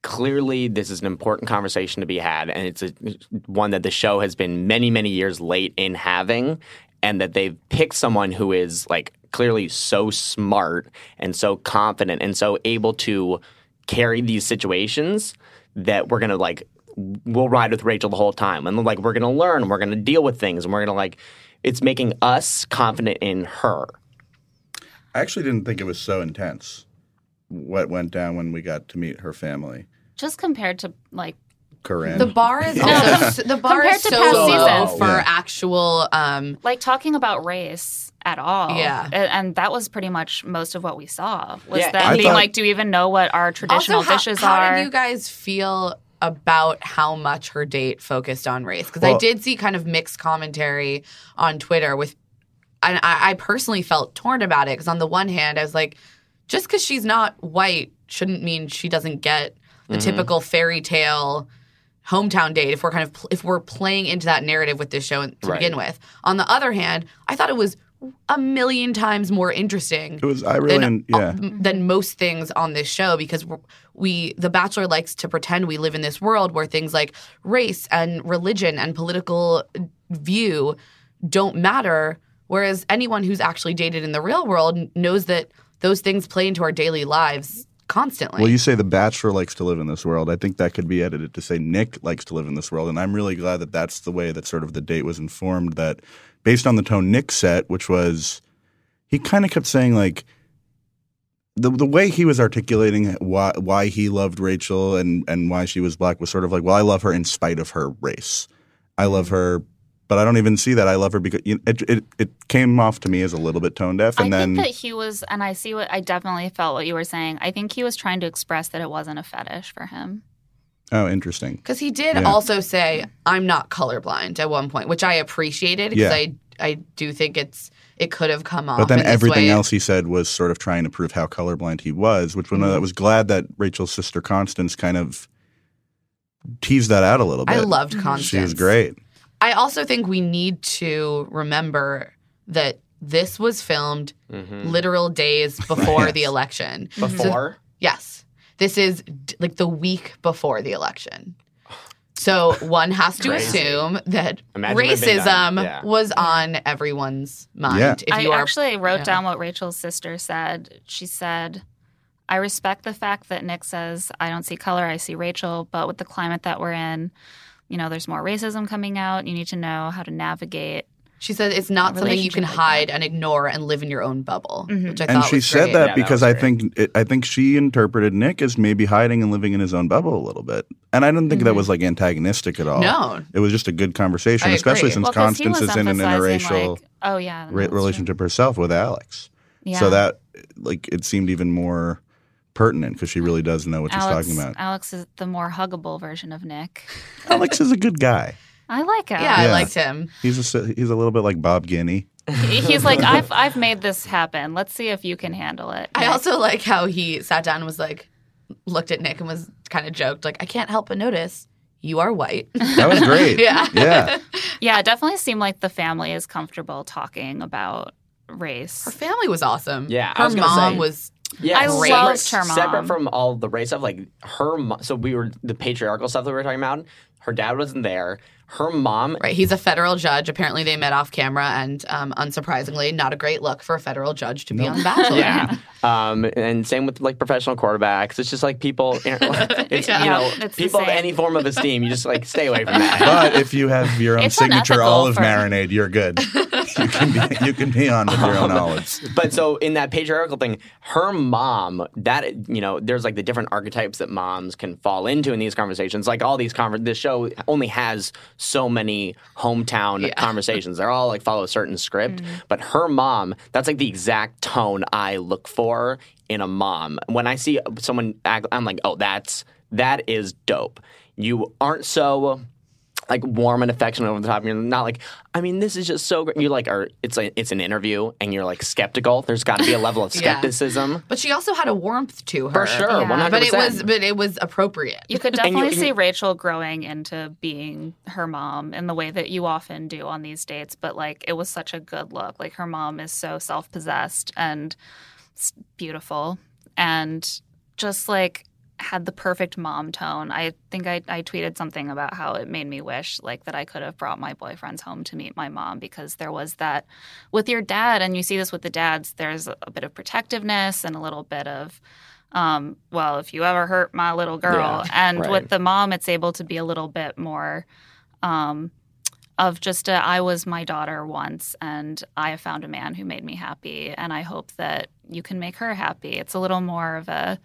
S5: clearly this is an important conversation to be had, and it's a, one that the show has been many, many years late in having, and that they've picked someone who is like clearly so smart and so confident and so able to carry these situations that we're gonna like we'll ride with Rachel the whole time. And like we're gonna learn, we're gonna deal with things, and we're gonna like it's making us confident in her.
S2: I actually didn't think it was so intense. What went down when we got to meet her family,
S4: Just compared to like
S2: Corinne?
S1: The bar is also, the bar
S4: Compared
S1: is
S4: to
S1: so
S4: past
S1: low
S4: seasons.
S1: for
S2: Yeah.
S1: actual um
S4: like talking about race at all.
S1: Yeah.
S4: A- and, that was pretty much most of what we saw was
S5: Yeah,
S4: them
S2: I
S4: being
S2: thought-
S4: like, "Do you even know what our traditional
S1: also, how,
S4: dishes
S1: how
S4: are?"
S1: did you guys feel about how much her date focused on race? Because I
S2: Well-
S1: did see kind of mixed commentary on Twitter with, and I, I personally felt torn about it because on the one hand I was like, just because she's not white shouldn't mean she doesn't get the typical fairy tale hometown date if we're kind of pl- if we're playing into that narrative with this show to
S5: Right.
S1: begin with. On the other hand, I thought it was a million times more interesting
S2: it was. I really.
S1: than,
S2: yeah.
S1: than most things on this show because we're- we the bachelor likes to pretend we live in this world where things like race and religion and political view don't matter whereas anyone who's actually dated in the real world n- knows that those things play into our daily lives constantly
S2: Well, you say The Bachelor likes to live in this world. I think that could be edited to say Nick likes to live in this world. And I'm really glad that that's the way that sort of the date was informed that based on the tone Nick set, which was he kind of kept saying, like, the, the way he was articulating why why he loved Rachel and, and why she was black was sort of like, well, I love her in spite of her race. I love her, but I don't even see that. I love her because you it, it, it came off to me as a little bit tone deaf. And
S4: I
S2: then
S4: think that he was, and I see what I definitely felt what you were saying. I think he was trying to express that it wasn't a fetish for him.
S2: oh, interesting.
S1: because he did
S2: Yeah.
S1: also say i'm not colorblind at one point which i appreciated because
S2: Yeah.
S1: i i do think it's it could have come off
S2: But then
S1: in this
S2: everything
S1: way.
S2: else he said was sort of trying to prove how colorblind he was, which when I
S1: Mm-hmm.
S2: was glad that Rachel's sister Constance kind of teased that out a little bit.
S1: i loved constance
S2: She was great.
S1: I also think we need to remember that this Mm-hmm.
S5: Hmm.
S1: was filmed literal days before the election.
S5: Before
S1: Yes. This is d- like the week before the election. So one has to
S5: Crazy.
S1: assume that
S5: Imagine they've been done.
S1: racism
S5: Yeah.
S1: was on everyone's mind.
S2: Yeah.
S1: If
S4: I
S1: you are
S4: actually wrote
S1: yeah.
S4: down what Rachel's sister said. She said, I respect the fact that Nick says, I don't see color, I see Rachel, but with the climate that we're in, you know, there's more racism coming out. You need to know how to navigate.
S1: She said it's not
S4: a
S1: something you can
S4: relationship like
S1: hide and ignore and live in your own bubble,
S4: Mhm.
S1: which I
S2: and
S1: thought
S2: she
S1: was
S2: said
S1: great.
S2: that
S5: Yeah, that
S2: because
S5: was
S2: I
S5: great.
S2: think it, I think she interpreted Nick as maybe hiding and living in his own bubble a little bit, and I didn't think that
S4: Mhm.
S2: was like antagonistic at all.
S1: Mm-hmm. No,
S2: it was just a good conversation,
S1: I
S2: especially
S1: agree.
S2: since
S4: Well, 'cause he
S2: Constance
S4: was
S2: is in an
S4: emphasizing,
S2: interracial
S4: like, oh, yeah.
S2: re-
S4: that's
S2: relationship herself with Alex.
S4: true. Yeah.
S2: So that like it seemed even more pertinent because she really does know what
S4: Alex,
S2: she's talking about.
S4: Alex is the more huggable version of Nick.
S2: Alex is a good guy.
S4: I like Alex.
S1: yeah, I
S2: Yeah.
S1: liked him.
S2: He's a, s- he's a little bit like Bob Guinea.
S4: He- He's like, I've, I've made this happen. Let's see if you can handle it.
S1: I
S4: Nick."
S1: also like how he sat down and was like, looked at Nick and was kind of joked, like, I can't help but notice you are white.
S2: That was great.
S1: yeah.
S2: Yeah.
S4: Yeah, it definitely seemed like the family is comfortable talking about race.
S1: Her family was awesome.
S5: Yeah, I
S1: Her
S5: was gonna
S1: mom
S5: say-
S1: was,
S5: Yeah,
S4: I
S5: separate-
S4: loved her mom.
S5: Separate from all the race stuff, like her. Mo- so we were the patriarchal stuff that we were talking about. Her dad wasn't there. Her mom.
S1: right. He's a federal judge. Apparently, they met off camera, and um, unsurprisingly, not a great look for a federal judge to be on The Bachelor.
S5: Yeah. Um, and same with like professional quarterbacks. It's just like people. It's,
S1: Yeah.
S5: you know,
S4: It's the
S5: people of
S4: same.
S5: any form of esteem. You just like stay away from that.
S2: But if you have your own
S4: It's
S2: signature
S4: unethical
S2: olive
S4: for-
S2: marinade, you're good. You can be, you can be on with your own olives.
S5: but so in that patriarchal thing, her mom, that you know, there's like the different archetypes that moms can fall into in these conversations. Like all these conver- this show only has so many hometown conversations. They're all like follow a certain script. But her mom, that's like the exact tone I look for in a mom. When I see someone act, I'm like, oh, that's that is dope. You aren't so like warm and affectionate over the top. You're not like, I mean, this is just so great. You like are it's a, it's an interview and you're like skeptical. There's got to be a level of
S1: Yeah.
S5: skepticism.
S1: But she also had a warmth to her.
S5: For sure,
S4: Yeah.
S5: one hundred
S1: But it was,
S5: percent.
S1: but it was appropriate.
S4: You could
S5: And you-
S4: definitely
S5: and
S4: see
S5: you-
S4: Rachel growing into being her mom in the way that you often do on these dates, but like it was such a good look. Like her mom is so self possessed and s- beautiful and just like had the perfect mom tone. I think I, I tweeted something about how it made me wish like that I could have brought my boyfriends home to meet my mom because there was that with your dad and you see this with the dads there's a bit of protectiveness and a little bit of um, well if you ever hurt my little girl and
S5: right.
S4: with the mom it's able to be a little bit more um, of just a, i was my daughter once and i found a man who made me happy and i hope that you can make her happy it's a little more of a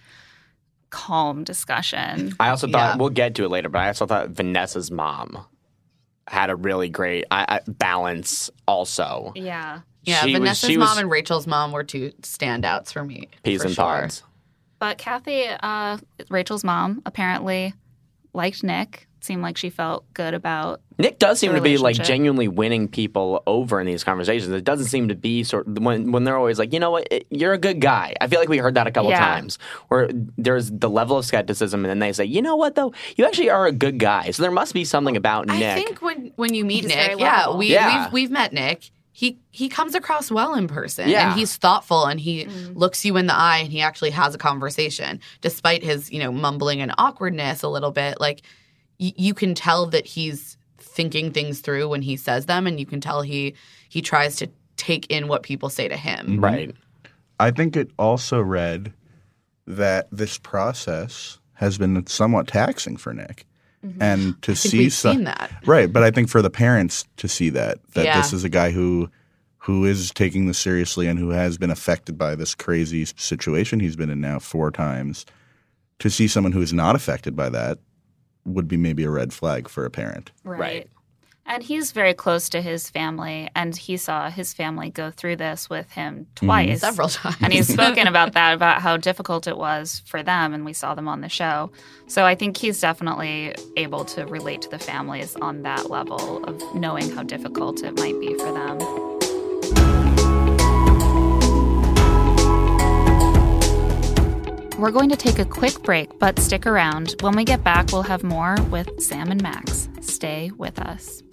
S4: calm discussion
S5: I also
S1: Yeah.
S5: thought we'll get to it later, but I also thought Vanessa's mom had a really great I, I, balance. Also,
S4: yeah
S1: Yeah,
S5: She was-
S1: Vanessa's
S5: she
S1: mom
S5: was-
S1: and Rachel's mom were two standouts for me.
S5: peas
S1: for
S5: and
S1: sure.
S5: pods.
S4: But Kathy, uh, Rachel's mom, apparently liked Nick. Seemed like she felt good about.
S5: Nick does seem
S4: The
S5: to be like
S4: relationship.
S5: genuinely winning people over in these conversations. It doesn't seem to be sort when when they're always like, you know what, it- you're a good guy. I feel like we heard that a couple
S4: Yeah.
S5: times where there's the level of skepticism, and then they say, you know what though, you actually are a good guy. So there must be something about
S1: I
S5: Nick.
S1: think when when you meet
S4: He's
S1: Nick,
S4: very
S1: yeah,
S4: lovable.
S1: we
S5: Yeah.
S1: we've we've met Nick. He he comes across well in person,
S5: Yeah.
S1: and he's thoughtful, and he
S3: Mm.
S4: Mhm.
S1: looks you in the eye, and he actually has a conversation, despite his you know mumbling and awkwardness a little bit. Like y- you can tell that he's thinking things through when he says them, and you can tell he he tries to take in what people say to him.
S5: right.
S2: Mm-hmm. I think it also read that this process has been somewhat taxing for Nick, and
S1: Mm-hmm.
S2: to
S1: I think
S2: see
S1: we've
S2: some-
S1: seen that.
S2: Right, but I think for the parents to see that that
S1: Yeah.
S2: this is a guy who who is taking this seriously and who has been affected by this crazy situation he's been in now four times to see someone who is not affected by that would be maybe a red flag for a parent.
S4: Right.
S5: Right.
S4: And he's very close to his family, and he saw his family go through this with him twice.
S1: Several times,
S4: And he's spoken about that, about how difficult it was for them, and we saw them on the show. So I think he's definitely able to relate to the families on that level of knowing how difficult it might be for them. We're going to take a quick break, but stick around. When we get back, we'll have more with Sam and Max. Stay with us.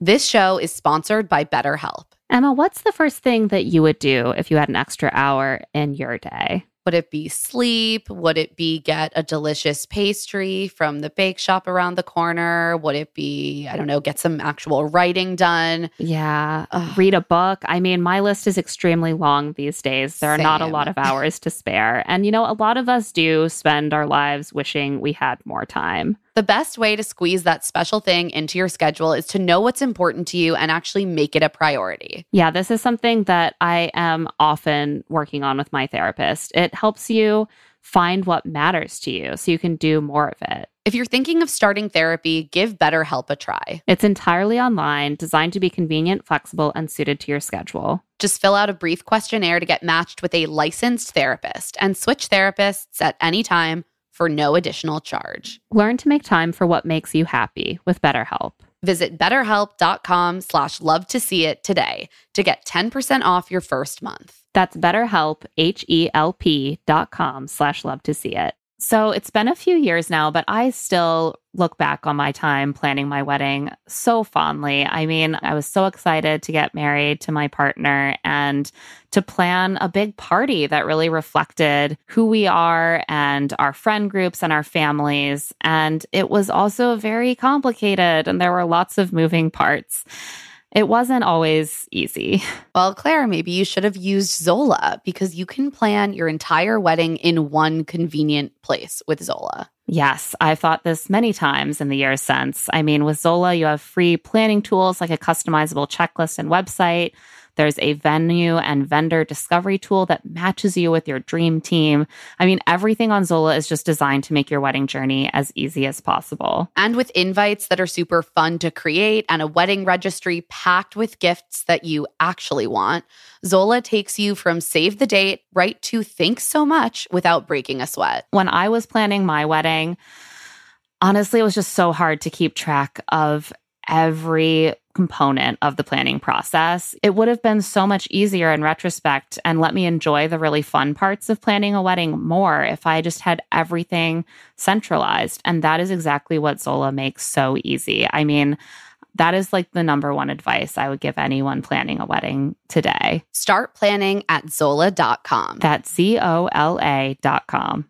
S3: This show is sponsored by BetterHelp.
S6: Emma, what's the first thing that you would do if you had an extra hour in your day?
S1: Would it be sleep? Would it be get a delicious pastry from the bake shop around the corner? Would it be, I don't know, get some actual writing done?
S4: Yeah.
S1: Ugh.
S4: Read a book. I mean, my list is extremely long these days. There are not a
S1: Same.
S4: lot of hours to spare. And, you know, a lot of us do spend our lives wishing we had more time.
S1: The best way to squeeze that special thing into your schedule is to know what's important to you and actually make it a priority.
S4: Yeah, this is something that I am often working on with my therapist. It helps you find what matters to you so you can do more of it.
S1: If you're thinking of starting therapy, give BetterHelp a try.
S4: It's entirely online, designed to be convenient, flexible, and suited to your schedule.
S1: Just fill out a brief questionnaire to get matched with a licensed therapist and switch therapists at any time for no additional charge.
S4: Learn to make time for what makes you happy with BetterHelp.
S1: Visit betterhelp.com slash love to see it today to get 10% off your first month.
S4: That's BetterHelp, H-E-L-P dot com slash love to see it. So it's been a few years now, but I still look back on my time planning my wedding so fondly. I mean, I was so excited to get married to my partner and to plan a big party that really reflected who we are and our friend groups and our families. And it was also very complicated and there were lots of moving parts. It wasn't always easy.
S1: Well, Claire, maybe you should have used Zola because you can plan your entire wedding in one convenient place with Zola.
S4: Yes, I've thought this many times in the years since. I mean, with Zola, you have free planning tools like a customizable checklist and website. There's a venue and vendor discovery tool that matches you with your dream team. I mean, everything on Zola is just designed to make your wedding journey as easy as possible.
S1: And with invites that are super fun to create and a wedding registry packed with gifts that you actually want, Zola takes you from save the date right to thanks so much without breaking a sweat.
S4: when I was planning my wedding, honestly, it was just so hard to keep track of every component of the planning process. It would have been so much easier in retrospect and let me enjoy the really fun parts of planning a wedding more if I just had everything centralized. And that is exactly what Zola makes so easy. I mean, that is like the number one advice I would give anyone planning a wedding today.
S1: Start planning at zola.com.
S4: That's Z O L A dot com.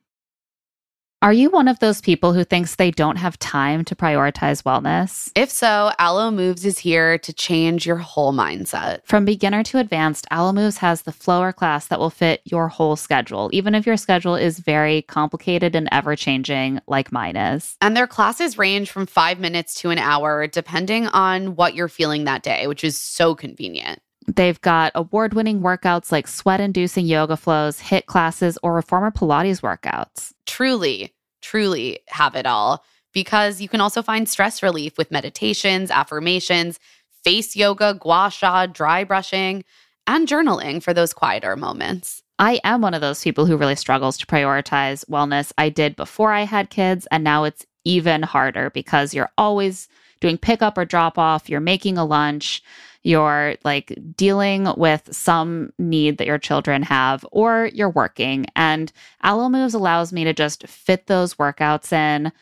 S4: Are you one of those people who thinks they don't have time to prioritize wellness?
S1: If so, Allo Moves is here to change your whole mindset.
S4: From beginner to advanced, Alamoves has the flower class that will fit your whole schedule, even if your schedule is very complicated and ever changing, like mine is.
S1: And their classes range from five minutes to an hour, depending on what you're feeling that day, which is so convenient.
S4: They've got award winning workouts like sweat inducing yoga flows, HIT classes, or reformer Pilates workouts.
S1: Truly, truly have it all because you can also find stress relief with meditations, affirmations, face yoga, gua sha, dry brushing, and journaling for those quieter moments.
S4: I am one of those people who really struggles to prioritize wellness. I did before I had kids, and now it's even harder because you're always doing pickup or drop off, you're making a lunch, you're like dealing with some need that your children have, or you're working. And Allo Moves allows me to just fit those workouts in.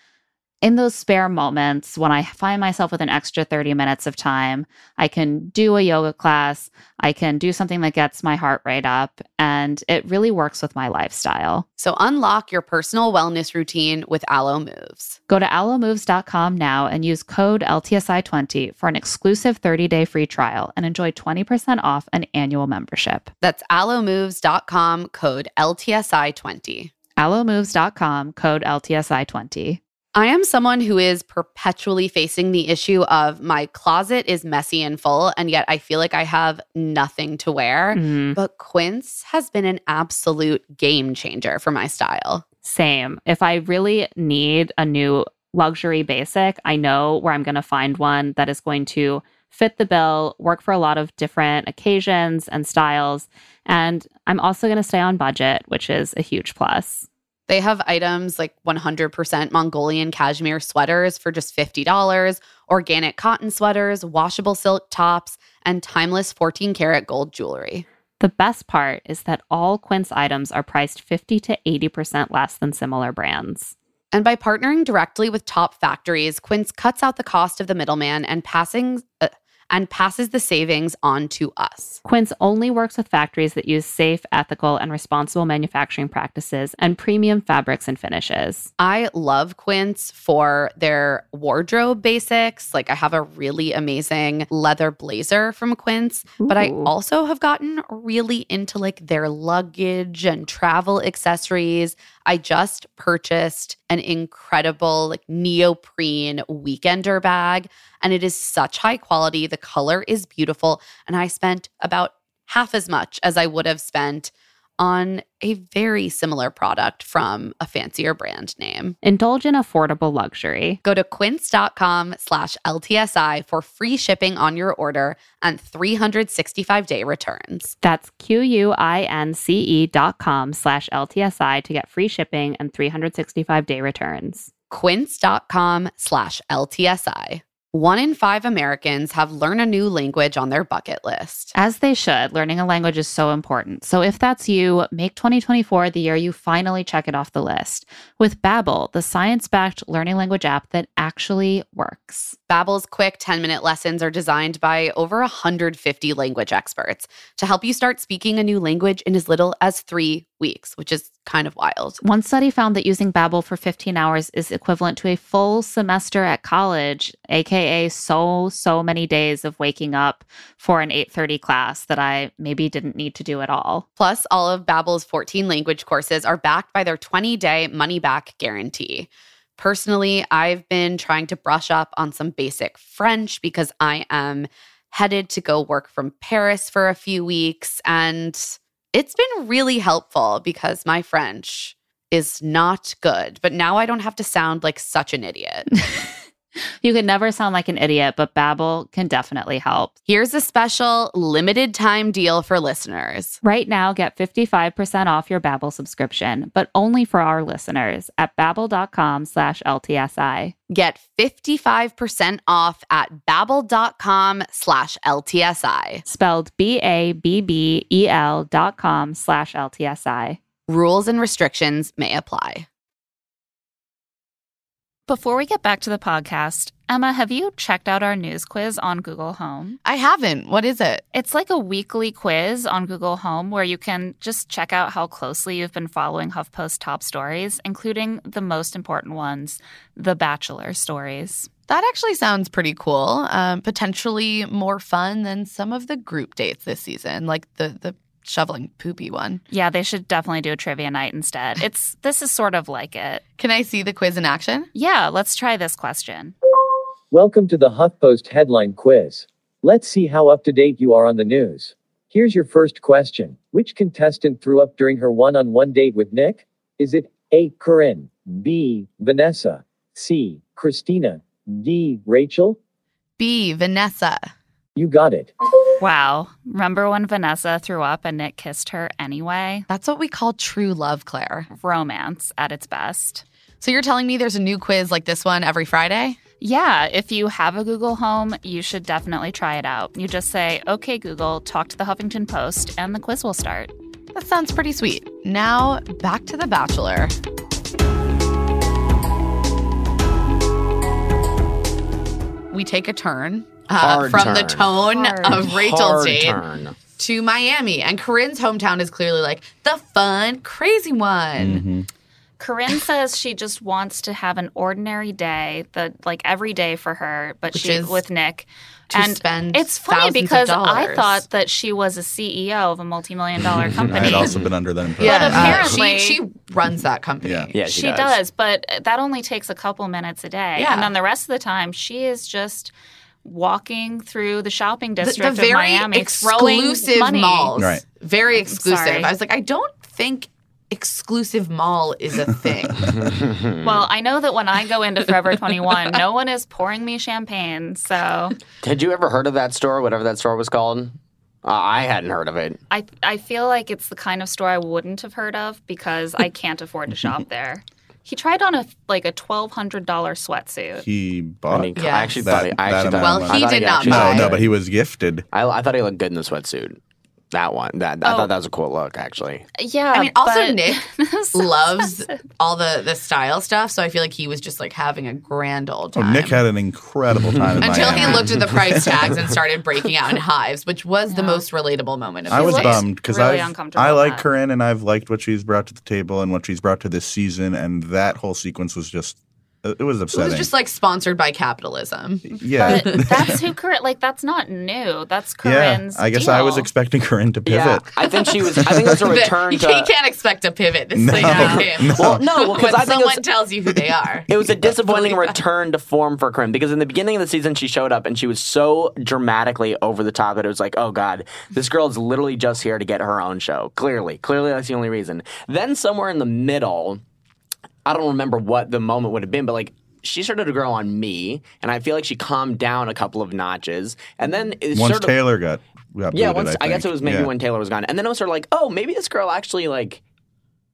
S4: In those spare moments, when I find myself with an extra 30 minutes of time, I can do a yoga class, I can do something that gets my heart rate up, and it really works with my lifestyle.
S1: So unlock your personal wellness routine with Allo Moves.
S4: Go to allomoves.com now and use code LTSI20 for an exclusive 30 day free trial and enjoy 20% off an annual membership.
S1: That's allomoves.com code LTSI20.
S4: Allomoves.com, code LTSI20.
S1: I am someone who is perpetually facing the issue of my closet is messy and full, and yet I feel like I have nothing to wear.
S4: Mm-hmm.
S1: But Quince has been an absolute game changer for my style.
S4: Same. If I really need a new luxury basic, I know where I'm going to find one that is going to fit the bill, work for a lot of different occasions and styles. And I'm also going to stay on budget, which is a huge plus.
S1: They have items like 100% Mongolian cashmere sweaters for just $50, organic cotton sweaters, washable silk tops, and timeless 14 karat gold jewelry.
S4: The best part is that all Quince items are priced 50 to 80% less than similar brands.
S1: And by partnering directly with top factories, Quince cuts out the cost of the middleman and passing uh, and passes the savings on to us.
S7: Quince only works with factories that use safe, ethical, and responsible manufacturing practices and premium fabrics and finishes.
S1: I love Quince for their wardrobe basics. Like, I have a really amazing leather blazer from Quince, but I
S7: Ooh.
S1: also have gotten really into like their luggage and travel accessories. I just purchased an incredible like neoprene weekender bag and it is such high quality. The color is beautiful and I spent about half as much as I would have spent on a very similar product from a fancier brand name.
S7: Indulge in affordable luxury.
S1: Go to quince.com slash LTSI for free shipping on your order and 365 day returns.
S7: That's Q U I N C E dot com slash LTSI to get free shipping and 365 day returns.
S1: quince.com slash LTSI. One in five Americans have learn a new language on their bucket list.
S7: As they should, learning a language is so important. So if that's you, make 2024 the year you finally check it off the list with Babbel, the science-backed learning language app that actually works.
S1: Babbel's quick 10-minute lessons are designed by over 150 language experts to help you start speaking a new language in as little as 3 weeks, which is kind of wild.
S7: One study found that using Babbel for 15 hours is equivalent to a full semester at college, aka so so many days of waking up for an 8:30 class that I maybe didn't need to do at all.
S1: Plus, all of Babbel's 14 language courses are backed by their 20-day money-back guarantee. Personally, I've been trying to brush up on some basic French because I am headed to go work from Paris for a few weeks and it's been really helpful because my French is not good, but now I don't have to sound like such an idiot.
S7: you can never sound like an idiot, but Babbel can definitely help.
S1: Here's a special limited time deal for listeners.
S7: Right now, get 55% off your Babbel subscription, but only for our listeners at babbel.com slash LTSI.
S1: Get 55% off at babbel.com slash LTSI.
S7: Spelled B-A-B-B-E-L E dot com slash LTSI.
S1: Rules and restrictions may apply.
S4: Before we get back to the podcast, Emma, have you checked out our news quiz on Google Home?
S8: I haven't. What is it?
S4: It's like a weekly quiz on Google Home where you can just check out how closely you've been following HuffPost top stories, including the most important ones, the Bachelor stories.
S8: That actually sounds pretty cool. Um, potentially more fun than some of the group dates this season, like the the shoveling poopy one.
S4: Yeah, they should definitely do a trivia night instead. It's this is sort of like it.
S8: Can I see the quiz in action?
S4: Yeah, let's try this question.
S9: Welcome to the HuffPost headline quiz. Let's see how up to date you are on the news. Here's your first question Which contestant threw up during her one on one date with Nick? Is it A. Corinne, B. Vanessa, C. Christina, D. Rachel?
S8: B. Vanessa.
S9: You got it.
S4: Wow. Remember when Vanessa threw up and Nick kissed her anyway?
S8: That's what we call true love, Claire.
S4: Romance at its best.
S8: So you're telling me there's a new quiz like this one every Friday?
S4: Yeah, if you have a Google Home, you should definitely try it out. You just say, okay, Google, talk to the Huffington Post, and the quiz will start.
S8: That sounds pretty sweet. Now back to The Bachelor. We take a turn uh,
S5: Hard
S8: from the
S5: turn.
S8: tone
S4: Hard.
S8: of Rachel's
S5: Hard
S8: date
S5: turn.
S8: to Miami. And Corinne's hometown is clearly like the fun, crazy one.
S5: Mm-hmm.
S4: Corinne says she just wants to have an ordinary day, the like every day for her, but
S8: Which
S4: she
S8: is
S4: with Nick.
S8: to
S4: and
S8: spend
S4: it's funny
S8: thousands of
S4: because I
S8: dollars.
S4: thought that she was a CEO of a multi-million dollar
S2: I
S4: company.
S2: had also been under that impression. Ah,
S8: Yeah,
S4: But
S8: uh,
S4: apparently-
S8: she, she runs that company.
S2: Yeah.
S5: Yeah,
S4: she,
S5: she,
S4: does. but that only takes a couple minutes a day.
S8: Yeah.
S4: And then the rest of the time, she is just walking through the shopping
S8: The-
S4: district
S8: the, very
S4: of Miami, throwing
S8: exclusive
S4: money.
S8: malls.
S2: Right.
S8: Very exclusive.
S4: sorry.
S8: I was like, I don't think exclusive mall is a thing.
S4: Well, I know that when I go into Forever 21, no one is pouring me champagne. So
S5: Had you ever heard of that store, whatever that store was called? Uh, I hadn't heard of it.
S4: I, I feel like it's the kind of store I wouldn't have heard of because I can't afford to shop there. He tried on a like a twelve hundred dollar sweatsuit.
S2: He
S5: I
S2: bought.
S5: mean,
S8: Yeah.
S5: I actually
S2: That-
S5: thought he, I
S2: that
S5: actually thought,
S2: amount of
S5: I
S2: money.
S5: thought
S8: Well, he did not
S5: actually
S2: no,
S8: buy
S5: looked
S2: no,
S8: it.
S2: but
S5: good.
S2: he was gifted.
S5: I, I thought he looked good in the sweatsuit. That one. That I
S4: Oh.
S5: thought that was a cool look, actually.
S4: Yeah.
S1: I mean, also
S4: but-
S1: Nick
S4: That's-
S1: loves all the the style stuff, so I feel like he was just like having a grand old
S2: Oh,
S1: time.
S2: Nick had an incredible time in
S1: until he
S2: Miami.
S1: looked at the price tags and started breaking out in hives, which was the
S4: Yeah.
S1: most relatable moment of
S2: I
S1: his
S2: was
S1: life.
S4: looks
S2: bummed because
S4: really uncomfortable
S2: I
S4: in
S2: like
S4: that.
S2: Corinne and I've liked what she's brought to the table and what she's brought to this season, and that whole sequence was just uh, it it was
S1: It
S2: upsetting.
S1: was just like sponsored by capitalism.
S2: yeah,
S4: But that's who Corinne. Like that's not new. That's
S2: yeah.
S4: Corinne's.
S2: I guess I was
S4: deal.
S2: expecting Corinne to
S5: Yeah,
S2: pivot.
S5: I think she was. I think it was a
S1: But
S5: return
S1: you
S5: to.
S1: can't expect a pivot this
S2: No,
S1: late in the game.
S2: no. Well,
S5: no, well, 'cause
S1: when
S5: I think it was-
S1: someone tells you who they are.
S5: It was a disappointing return to form for Corinne because in the beginning of the season she showed up and she was so dramatically over the top that it was like, oh god, this girl is literally just here to get her own show. Clearly, clearly that's the only reason. Then somewhere in the middle, I don't remember what the moment would have been, but like. She started to grow on me, and I feel like she calmed down a couple of notches. And then it
S2: Once
S5: sort of,
S2: Taylor got, got
S5: yeah,
S2: booted,
S5: once I, guess
S2: think.
S5: it was maybe
S2: Yeah.
S5: when Taylor was gone, and then I was sort of like, oh, maybe this girl actually like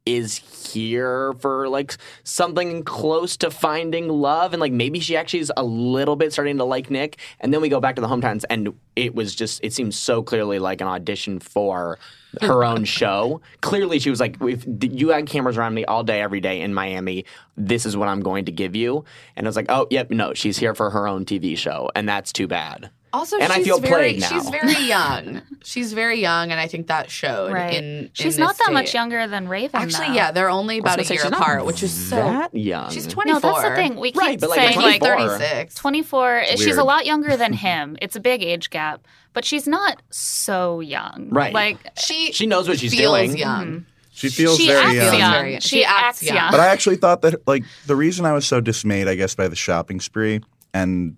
S5: is here for like something close to finding love, and like maybe she actually is a little bit starting to like Nick, and then we go back to the hometowns, and it was just it seems so clearly like an audition for her own show. Clearly, she was like, if you had cameras around me all day, every day in Miami, this is what I'm going to give you, and I was like, oh, yep, no, she's here for her own TV show, and that's too bad.
S1: Also,
S5: And I
S1: she's
S5: feel
S1: very,
S5: played now.
S1: She's very young. she's very young, and I think that showed.
S4: Right.
S1: In, in
S4: She's
S1: this
S4: not that much
S1: state.
S4: younger than Raven.
S1: Actually,
S4: though.
S1: yeah, they're only about a
S5: I was gonna
S1: year
S5: say, she's not
S1: apart, which is so.
S5: that young.
S1: She's 24.
S4: No, that's the thing. We keep
S5: Right, but, like,
S4: saying
S5: she's
S4: like
S5: 24.
S1: 36.
S4: 24.
S2: It's
S4: she's
S2: weird.
S4: a lot younger than him. It's a big age gap, but she's not so young.
S5: Right.
S4: Like
S1: She,
S5: She knows what she's
S1: feels
S5: doing.
S1: young.
S2: she feels
S4: she
S2: very
S4: acts
S2: young.
S4: young.
S1: Very-
S4: She, acts young.
S2: But I actually thought that like the reason I was so dismayed, I guess, by the shopping spree and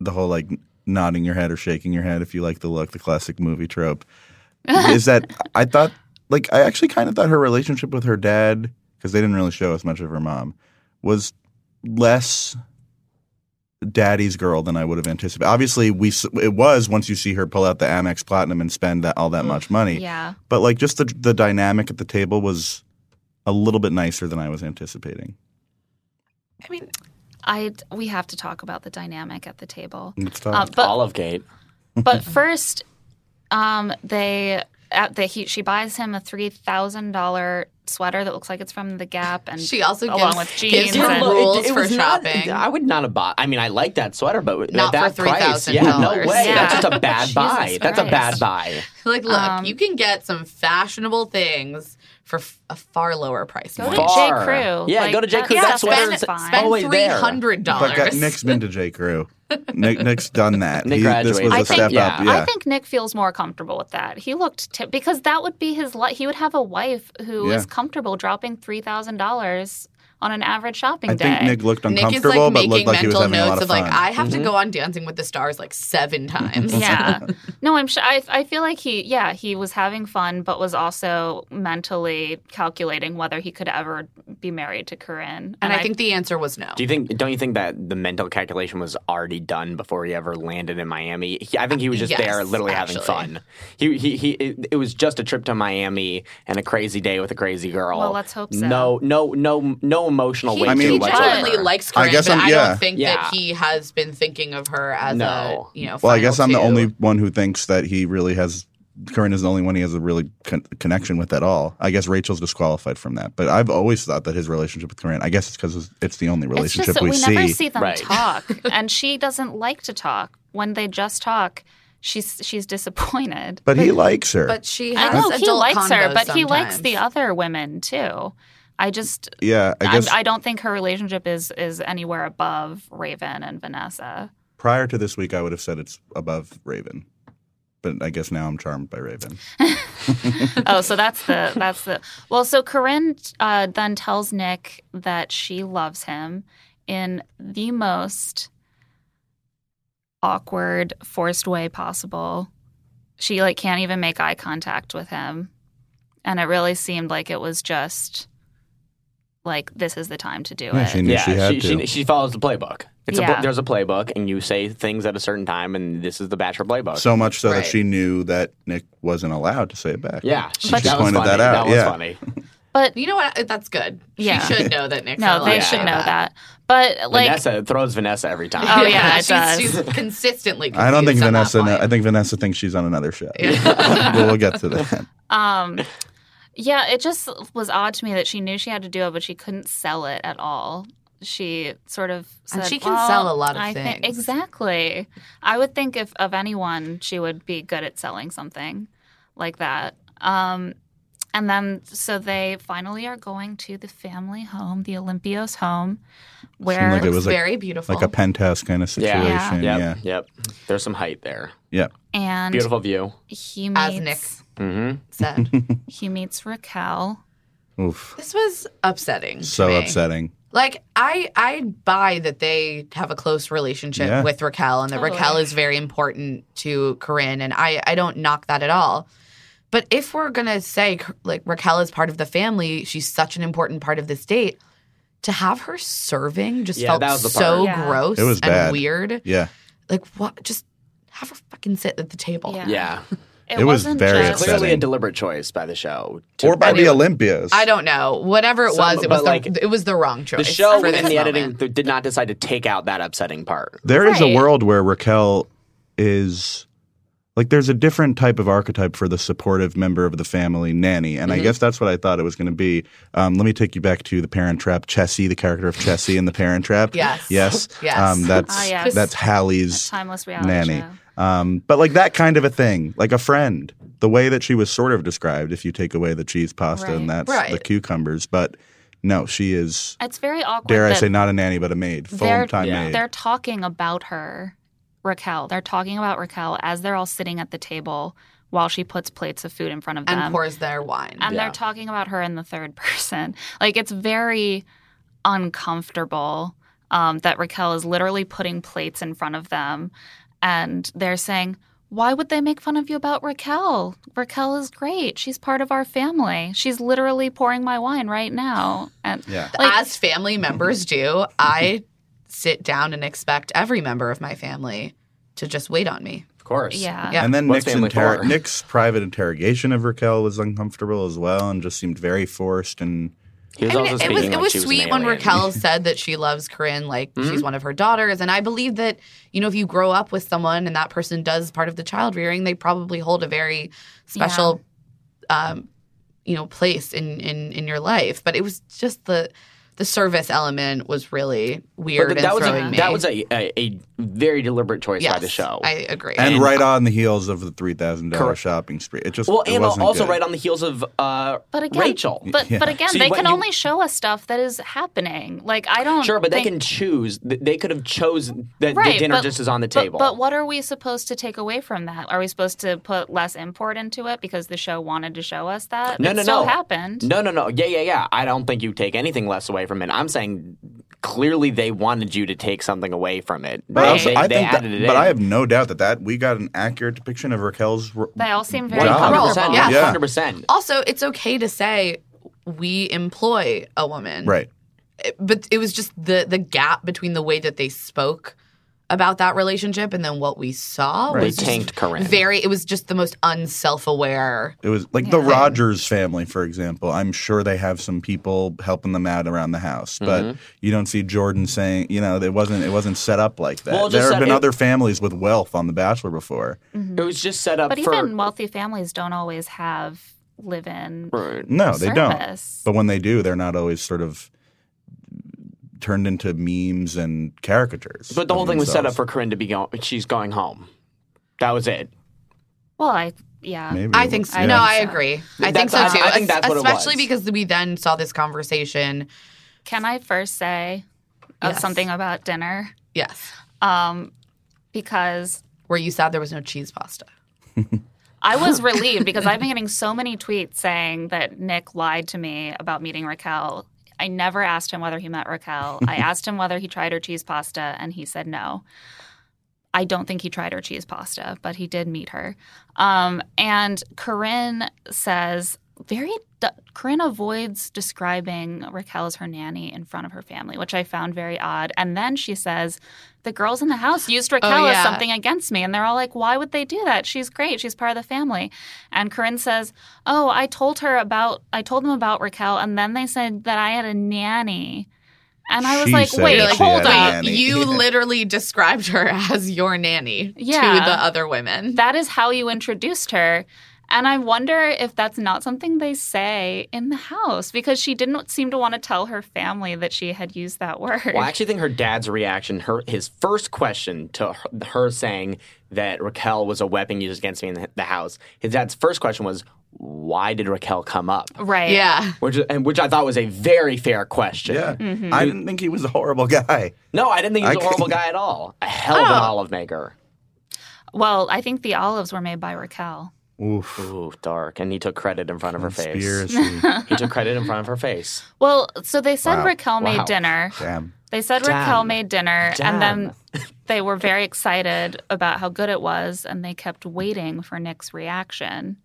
S2: the whole like nodding your head or shaking your head if you like the look, the classic movie trope, is that I thought like I actually kind of thought her relationship with her dad because they didn't really show us much of her mom was less daddy's girl than I would have anticipated. Obviously, we s- it was once you see her pull out the Amex Platinum and spend that, all that much money
S4: yeah.
S2: but like just the the dynamic at the table was a little bit nicer than I was anticipating.
S1: I mean,
S4: I we have to talk about the dynamic at the table.
S2: Let's
S4: Uh,
S2: talk.
S4: but
S5: Olive Gate.
S4: but first, um, they at the he she buys him a three thousand dollar sweater that looks like it's from the Gap, and
S1: she also gives,
S4: along with
S1: gives
S4: jeans
S1: her
S4: and-
S1: rules for
S5: was not-
S1: shopping.
S5: I would not have bought. I mean, I like that sweater, but
S1: Not
S5: at that
S1: for
S5: price,
S1: $3,000.
S5: yeah, no way.
S4: Yeah.
S5: That's just a bad
S4: Jesus
S5: buy. That's a bad
S4: Christ.
S5: buy.
S1: like, look,
S4: Um,
S1: you can get some fashionable things for f- a far lower price
S4: Go
S1: point.
S4: to
S5: Far.
S4: J. Crew.
S5: Yeah, go to J. Crew.
S4: That
S1: That
S4: sweater is
S1: sweater's
S4: fine.
S1: Spend
S5: Always
S1: three
S5: there.
S1: hundred
S2: But God,
S1: dollars.
S2: Nick's been to J. Crew. Nick, Nick's done that.
S5: Nick
S2: this was
S5: graduated
S2: a
S4: I
S2: step
S4: think,
S2: up. Yeah.
S4: I think Nick feels more comfortable with that. He looked t- because that would be his life. He would have a wife who is
S2: Yeah.
S4: comfortable dropping three thousand dollars on an average shopping
S2: I
S4: day.
S2: think Nick looked
S1: Nick is
S2: uncomfortable,
S1: like
S2: but
S1: making
S2: looked like he was
S1: mental
S2: having a
S1: notes
S2: lot
S1: of
S2: of fun.
S1: like, I have
S5: Mm-hmm.
S1: to go on Dancing with the Stars like seven times.
S4: yeah. No, I'm sure. I, I feel like he, yeah, he was having fun, but was also mentally calculating whether he could ever be married to Corinne.
S1: And I think the answer was no.
S5: Do you think? Don't you think that the mental calculation was already done before he ever landed in Miami? He, I think he was just
S1: Yes,
S5: there, literally having
S1: actually.
S5: fun. He, he, he. It, it was just a trip to Miami and a crazy day with a crazy girl.
S4: Well, let's hope so.
S5: No, no, no, no emotional
S1: He,
S5: weight.
S2: I mean-
S5: to
S1: he
S5: it whatsoever.
S1: genuinely likes Corinne,
S2: I guess
S1: but
S2: I'm-
S1: I
S2: yeah.
S1: don't think
S5: Yeah.
S1: that he has been thinking of her as
S5: No.
S1: a you know.
S2: well, I
S1: final
S2: guess I'm the
S1: two.
S2: only one who thinks that he really has. Corinne is the only one he has a really con- connection with at all. I guess Rachel's disqualified from that. But I've always thought that his relationship with Corinne. I guess it's because it's the only
S4: it's
S2: relationship
S4: just that we, never see them
S5: Right.
S4: talk, and she doesn't like to talk. When they just talk, she's she's disappointed.
S2: But he likes her.
S1: But she
S4: I
S1: has
S4: know he
S1: adult
S4: likes her,
S1: convos
S4: but he likes the
S1: sometimes.
S4: other women too. I just,
S2: yeah, I
S4: I,
S2: guess
S4: I don't think her relationship is is anywhere above Raven and Vanessa.
S2: prior to this week, I would have said it's above Raven. But I guess now I'm charmed by Raven.
S4: oh, so that's the that's the well. So Corinne uh, then tells Nick that she loves him in the most awkward, forced way possible. She like can't even make eye contact with him, and it really seemed like it was just like this is the time to do
S2: Yeah,
S4: it.
S2: she knew she had
S5: she,
S2: to.
S5: She, she follows the playbook. It's a,
S4: Yeah.
S5: pl- there's a playbook, and you say things at a certain time, and this is the Bachelor playbook.
S2: So much so
S1: Right.
S2: that she knew that Nick wasn't allowed to say it back.
S5: yeah,
S2: she
S4: But-
S2: just
S5: that was
S2: pointed
S5: funny.
S2: that out.
S5: was
S2: yeah,
S5: funny.
S4: But
S1: You know what? That's good.
S4: Yeah.
S1: She should know that Nick's not allowed
S4: no, they
S1: to
S4: should
S1: say
S4: know that. But like,
S5: Vanessa throws Vanessa every time.
S4: Oh, yeah, it
S1: she's,
S4: does.
S1: she's consistently.
S2: I don't think
S1: confused on that
S2: Vanessa. kno-
S1: point.
S2: I think Vanessa thinks she's on another show.
S1: Yeah.
S2: but we'll get to that.
S4: um, yeah, it just was odd to me that she knew she had to do it, but she couldn't sell it at all. She sort of said,
S1: And she can
S4: "Well,
S1: sell a lot of
S4: I think
S1: things.
S4: exactly. I would think if of anyone, she would be good at selling something like that. Um, and then so they finally are going to the family home, the Olympios home, where
S2: Seemed like it was
S1: It's
S2: like,
S1: very beautiful.
S2: like a penthouse kind of
S5: Yeah.
S2: situation.
S5: Yeah.
S2: Yeah.
S5: Yep. Yep. There's some height there.
S4: and
S5: Beautiful view.
S4: he
S1: As
S4: meets
S5: Mm-hmm.
S1: Sad.
S4: he meets Raquel.
S2: Oof.
S1: this was upsetting. to
S2: So
S1: me.
S2: upsetting.
S1: Like I, I buy that they have a close relationship
S2: Yeah.
S1: with Raquel, and that
S4: Totally.
S1: Raquel is very important to Corinne, and I, I don't knock that at all. But if we're gonna say like Raquel is part of the family, she's such an important part of this date. To have her serving just
S5: Yeah,
S1: felt
S5: that was the
S1: so
S5: part.
S4: Yeah.
S1: gross
S2: It was
S1: and
S2: bad.
S1: weird.
S2: Yeah.
S1: Like what? Just have her fucking sit at the table.
S4: Yeah.
S5: Yeah.
S2: It was
S4: wasn't
S2: very
S4: just-
S2: upsetting.
S5: Clearly a deliberate choice by the show. to-
S2: Or by
S5: and
S2: the
S5: it-
S2: Olympias.
S1: I don't know. Whatever it
S5: Some-
S1: was, it
S5: but
S1: was
S5: like,
S1: the, it was the wrong choice.
S5: The show
S1: for
S5: and
S1: this
S5: the
S1: moment.
S5: editing th- did not decide to take out that upsetting part.
S2: There is a
S4: Right.
S2: world where Raquel is like there's a different type of archetype for the supportive member of the family nanny and i guess that's what i thought it was going to be um, let me take you back to the parent trap chessie the character of chessie in the parent trap
S1: Yes.
S2: yes
S1: Yes.
S2: um, that's
S4: Oh, yes.
S2: that's hallie's
S4: timeless reality
S2: nanny
S4: show.
S2: um, but like that kind of a thing like a friend the way that she was sort of described if you take away the cheese pasta and that's the
S1: Right.
S2: cucumbers but no she is
S4: It's very awkward.
S2: dare i
S4: that
S2: say not a nanny but a maid
S4: they're-
S2: full-time
S5: Yeah.
S2: maid
S4: They're talking about her, Raquel. They're talking about Raquel as they're all sitting at the table while she puts plates of food in front of
S1: and
S4: them.
S1: pours their wine.
S4: and
S5: Yeah.
S4: they're talking about her in the third person. Like it's very uncomfortable um, that Raquel is literally putting plates in front of them, and they're saying, "Why would they make fun of you about Raquel? Raquel is great. She's part of our family. She's literally pouring my wine right now." And
S2: yeah
S4: like-
S1: As family members do, I sit down and expect every member of my family to just wait on me.
S5: Of course.
S4: yeah,
S1: Yeah.
S2: And then
S5: What's
S2: Nick's,
S5: family
S2: inter-
S5: for?
S2: Nick's private interrogation of Raquel was uncomfortable as well and just seemed very forced. And
S5: He was
S1: I mean,
S5: also
S1: it
S5: speaking
S1: was it
S5: like
S1: was
S5: she
S1: sweet
S5: an
S1: when
S5: alien. Mm-hmm.
S1: Raquel said that she loves Corinne like she's one of her daughters, and I believe that you know if you grow up with someone and that person does part of the child rearing, they probably hold a very special, um, you know, place in in in your life. But it was just the the service element was really weird
S5: But
S1: and
S5: th- that was
S1: throwing
S5: a,
S1: me.
S5: that was a, a, a very deliberate choice by
S1: Yes,
S5: the show.
S1: I agree.
S2: and,
S5: And-
S2: right on the heels of the three thousand dollar
S5: Correct.
S2: shopping spree, it just
S5: well,
S2: it
S5: and
S2: wasn't
S5: also
S2: good.
S5: right on the heels of uh,
S4: But again,
S5: Rachel.
S4: But
S2: Yeah.
S4: but again,
S5: See,
S4: they
S5: what
S4: can
S5: you-
S4: only show us stuff that is happening. Like I don't
S5: Sure, but
S4: think,
S5: they can choose. Th- They could have chosen that the
S4: Right,
S5: dinner
S4: but-
S5: just is on the
S4: but-
S5: table.
S4: But, what are we supposed to take away from that? Are we supposed to put less import into it because the show wanted to show us that?
S5: No,
S4: it
S5: no,
S4: still
S5: no.
S4: happened.
S5: no, no, no. Yeah, yeah, yeah. I don't think you take anything less away from it. I'm saying clearly they wanted you to take something away from it.
S2: But,
S5: They-
S2: also,
S5: they,
S2: I
S5: they
S2: think that,
S5: added it
S2: but
S5: in.
S2: I have no doubt that that we got an accurate depiction of Raquel's. r-
S4: They all seem very
S2: Wow.
S5: 100%.
S4: comfortable.
S1: Yeah.
S2: Yeah.
S5: 100%.
S1: Also, it's okay to say we employ a woman.
S2: right.
S1: It- But it was just the the gap between the way that they spoke about that relationship and then what we saw
S2: Right.
S5: They
S1: was just
S5: tanked Corinne.
S1: very it was just the most unself-aware.
S2: It was like the Rogers family, for example. I'm sure they have some people helping them out around the house, but
S5: Mm-hmm.
S2: you don't see Jordan saying, you know, it wasn't it wasn't set up like that.
S5: Well, just
S2: there have
S5: that
S2: been
S5: it-
S2: other families with wealth on The Bachelor before.
S5: it was just set up
S4: Mm-hmm. But
S5: for.
S4: even wealthy families don't always have live-in
S5: for-
S2: No, they don't.
S4: service.
S2: But when they do, they're not always sort of turned into memes and caricatures.
S5: But the whole
S2: of
S5: thing was set up
S2: themselves.
S5: for Corinne to be going. She's going home. That was it.
S4: Well, I yeah.
S2: Maybe.
S1: I think so.
S2: Yeah.
S1: No, I agree. I think
S5: That's-
S1: so
S5: I-
S1: too.
S5: I think that's what it
S1: Especially
S5: was.
S1: because we then saw this conversation.
S4: Can I first say uh,
S1: Yes.
S4: something about dinner?
S1: Yes.
S4: Um, because
S1: Where you said there was no cheese pasta.
S4: I was relieved because I've been getting so many tweets saying that Nick lied to me about meeting Raquel. I never asked him whether he met Raquel. I asked him whether he tried her cheese pasta, and he said no. I don't think he tried her cheese pasta, but he did meet her. Um, and Corinne says very du- Corinne avoids describing Raquel as her nanny in front of her family, which I found very odd. And then she says, "The girls in the house used Raquel
S1: yeah.
S4: as something against me," and they're all like, "Why would they do that? She's great. She's part of the family." And Corinne says, "Oh, I told her about I told them about Raquel, and then they said that I had a nanny." And I was
S2: She
S4: like,
S2: said
S4: "Wait,
S2: that she
S4: hold
S2: had a
S4: up."
S2: nanny. Nanny.
S1: You literally described her as your nanny to
S4: Yeah.
S1: the other women.
S4: That is how you introduced her. And I wonder if that's not something they say in the house because she didn't seem to want to tell her family that she had used that word.
S5: Well, I actually think her dad's reaction, her his first question to her, her saying that Raquel was a weapon used against me in the, the house, his dad's first question was, "Why did Raquel come up?"
S4: right.
S1: yeah.
S5: Which and which I thought was a very fair question.
S2: Yeah.
S4: Mm-hmm.
S2: I didn't think he was a horrible guy.
S5: No, I didn't think he was
S2: I
S5: a horrible
S2: couldn't-
S5: guy at all. A hell of an olive
S1: Oh.
S5: maker.
S4: Well, I think the olives were made by Raquel.
S2: Oof.
S5: Ooh, dark. And he took credit in front of her face.
S2: Conspiracy.
S5: He took credit in front of her face.
S4: Well, so they said
S2: Wow.
S4: Raquel made
S5: Wow.
S4: dinner.
S2: Damn.
S4: They said
S5: Damn.
S4: Raquel made dinner, and
S5: Damn.
S4: then they were very excited about how good it was, and they kept waiting for Nick's reaction.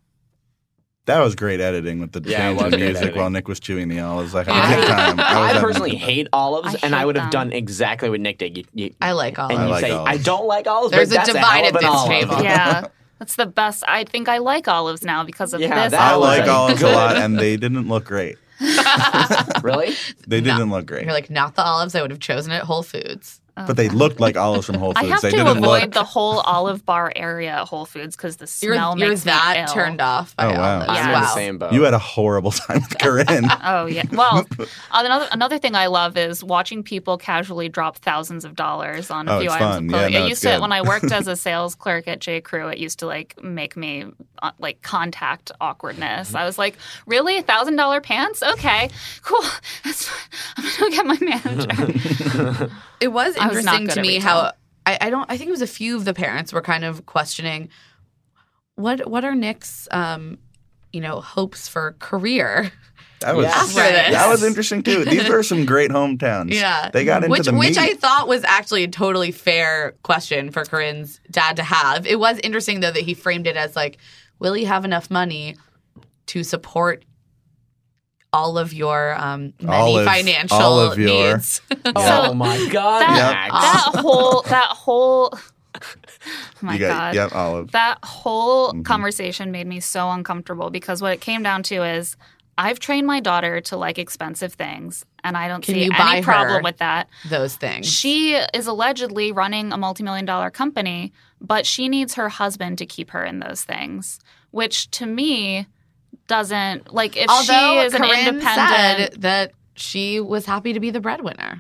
S2: That was great editing with the
S5: Yeah, it
S2: change
S5: was
S2: in
S5: great
S2: music
S5: editing.
S2: while Nick was chewing the olives. Like, I
S1: Yeah.
S2: had a good time. I, was
S5: I
S2: having a
S5: personally
S2: good time.
S5: hate olives,
S4: I
S5: and I
S4: hate
S5: would have
S4: them.
S5: done exactly what Nick did. You, you,
S1: I like all
S5: and
S2: I
S5: you
S1: of
S2: like
S5: say,
S2: olives.
S5: I don't like olives. but
S1: There's a
S5: that's
S1: divide
S5: hell
S1: at
S5: of an
S1: this
S5: olive.
S1: table.
S4: Yeah. That's the best. I think I like olives now because of
S5: Yeah,
S4: this.
S5: that
S2: I
S5: was
S2: like
S5: a
S2: olives a
S5: good-
S2: lot, and they didn't look great.
S5: really?
S2: They didn't look great.
S1: You're like, not the olives I would have chosen at Whole Foods.
S2: but they looked like olives from Whole
S4: Oh. I
S2: Foods.
S4: have
S2: they
S4: to
S2: didn't
S4: avoid
S2: look.
S4: the whole olive bar area at Whole Foods because the
S1: You're,
S4: smell
S1: you're
S4: makes me
S1: that
S4: ill.
S1: turned off by
S2: Oh, wow.
S1: olives.
S5: I'm
S4: Yeah.
S5: in the
S1: Wow.
S5: same boat.
S2: You had a horrible time with Corinne.
S4: Oh yeah. Well, another another thing I love is watching people casually drop thousands of dollars on a
S2: Oh,
S4: few
S2: it's
S4: items
S2: fun.
S4: of
S2: Yeah,
S4: clothing.
S2: no,
S4: it
S2: it's
S4: used to
S2: good.
S4: when I worked as a sales clerk at J Crew. It used to like make me uh, like contact awkwardness. I was like, really, thousand dollar pants? Okay, cool. That's fine. I'm gonna go get my manager.
S1: It was
S4: I was not
S1: interesting
S4: good
S1: to
S4: at
S1: me
S4: retail.
S1: how I, I don't I think it was a few of the parents were kind of questioning what what are Nick's um you know hopes for career
S2: That was
S5: Yeah.
S1: after this.
S2: that was interesting too. These were some great hometowns.
S1: Yeah.
S2: they got into
S1: which
S2: the
S1: which
S2: meat.
S1: I thought was actually a totally fair question for Corinne's dad to have. It was interesting though that he framed it as like, will he have enough money to support all of your um, many
S2: All of-
S1: financial
S2: all of your-
S1: needs?
S2: Yeah.
S5: Oh my god,
S4: that,
S2: Yeah.
S5: Max.
S4: that whole that whole. Oh my
S2: you got,
S4: god.
S2: Yep, olive.
S4: That whole
S2: Mhm.
S4: conversation made me so uncomfortable because what it came down to is I've trained my daughter to like expensive things, and I don't
S1: Can
S4: see
S1: you buy
S4: any problem
S1: her?
S4: with that.
S1: Those things.
S4: She is allegedly running a multimillion dollar company, but she needs her husband to keep her in those things, which to me doesn't like if she is
S1: Corinne
S4: an independent.
S1: said that she was happy to be the breadwinner.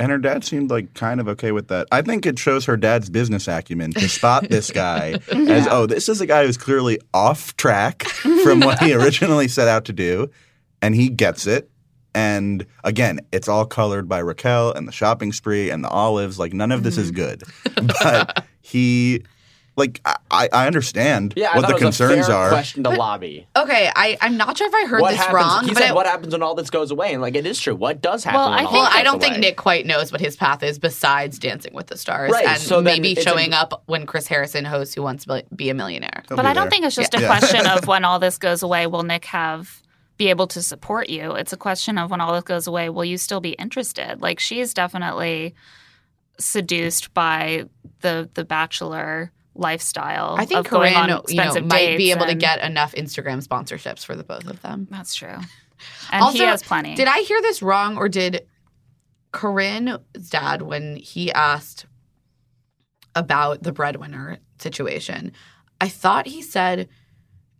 S2: And her dad seemed like kind of okay with that. I think it shows her dad's business acumen to spot this guy as, oh, this is a guy who's clearly off track from what he originally set out to do. And he gets it. And again, it's all colored by Raquel and the shopping spree and the olives. Like, none of this
S4: Mm-hmm.
S2: is good. But he, like, I- I, I understand
S5: Yeah, I
S2: what
S5: thought
S2: the
S5: it was a
S2: concerns
S5: fair
S2: are.
S5: Question to lobby.
S1: Okay, I, I'm not sure if I heard
S5: what
S1: this
S5: happens?
S1: wrong,
S5: he
S1: but
S5: said,
S1: it,
S5: "What happens when all this goes away?" And like, it is true. What does happen?
S4: Well,
S5: when
S4: I
S5: all
S4: think-
S1: well,
S5: this
S1: I
S5: goes
S1: don't think
S5: away?
S1: Nick quite knows what his path is besides Dancing with the Stars
S5: Right,
S1: and
S5: so then
S1: maybe
S5: it's
S1: showing
S5: a-
S1: up when Chris Harrison hosts Who Wants to Be- Be a Millionaire.
S2: He'll
S4: But
S2: be
S4: I don't
S2: there.
S4: think it's just a
S2: Oh, Yeah.
S4: question of when all this goes away, will Nick have be able to support you? It's a question of when all this goes away, will you still be interested? Like she is definitely seduced by the the bachelor lifestyle.
S1: I think
S4: of going
S1: Corinne
S4: on
S1: you know,
S4: expensive
S1: might be
S4: dates
S1: able to
S4: and-
S1: get enough Instagram sponsorships for the both of them.
S4: That's true. And he
S1: Also,
S4: has plenty.
S1: Did I hear this wrong or did Corinne's dad, when he asked about the breadwinner situation, I thought he said,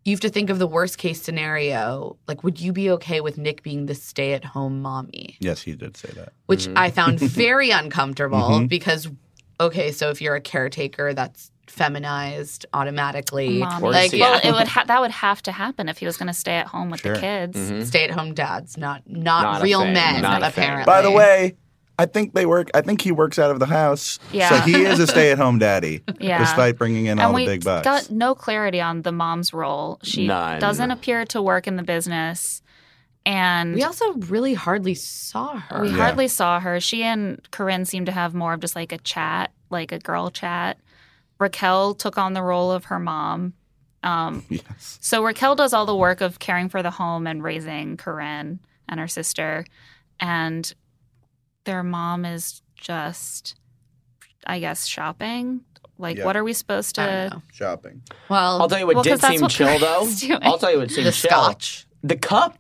S1: you have to think of the worst case scenario. Like, would you be okay with Nick being the stay at home mommy?
S2: Yes, he did say that.
S1: Which
S5: Mhm.
S1: I found very uncomfortable
S2: Mhm.
S1: because, okay, so if you're a caretaker, that's feminized automatically.
S4: Mom,
S5: Or
S1: Like,
S5: see
S1: yeah.
S4: well, it would ha- that would have to happen if he was going to stay at home with
S2: Sure. Mm-hmm.
S4: the kids.
S5: Mhm.
S1: Stay at home dads, not not,
S5: Not a
S1: real
S5: thing.
S1: men,
S5: Not a thing.
S1: apparently.
S2: By the way, I think they work. I think he works out of the house.
S4: Yeah.
S2: So he is a stay-at-home daddy,
S4: Yeah.
S2: despite bringing in all
S4: and
S2: the
S4: we
S2: big bucks.
S4: got no clarity on the mom's role. She
S5: None.
S4: doesn't appear to work in the business, and
S1: we also really hardly saw her.
S4: We
S2: Yeah.
S4: hardly saw her. She and Corinne seemed to have more of just like a chat, like a girl chat. Raquel took on the role of her mom Um,
S2: Yes.
S4: so Raquel does all the work of caring for the home and raising Corinne and her sister, and their mom is just, I guess, shopping. Like,
S2: Yeah.
S4: what are we supposed
S1: I don't
S4: to?
S1: know.
S2: Shopping.
S1: Well,
S5: I'll tell you what
S4: Well, 'cause
S5: did
S4: that's
S5: seem
S4: what
S5: chill though.
S4: Chris is doing.
S5: I'll tell you what seemed
S1: the
S5: chill.
S1: scotch.
S5: The cup.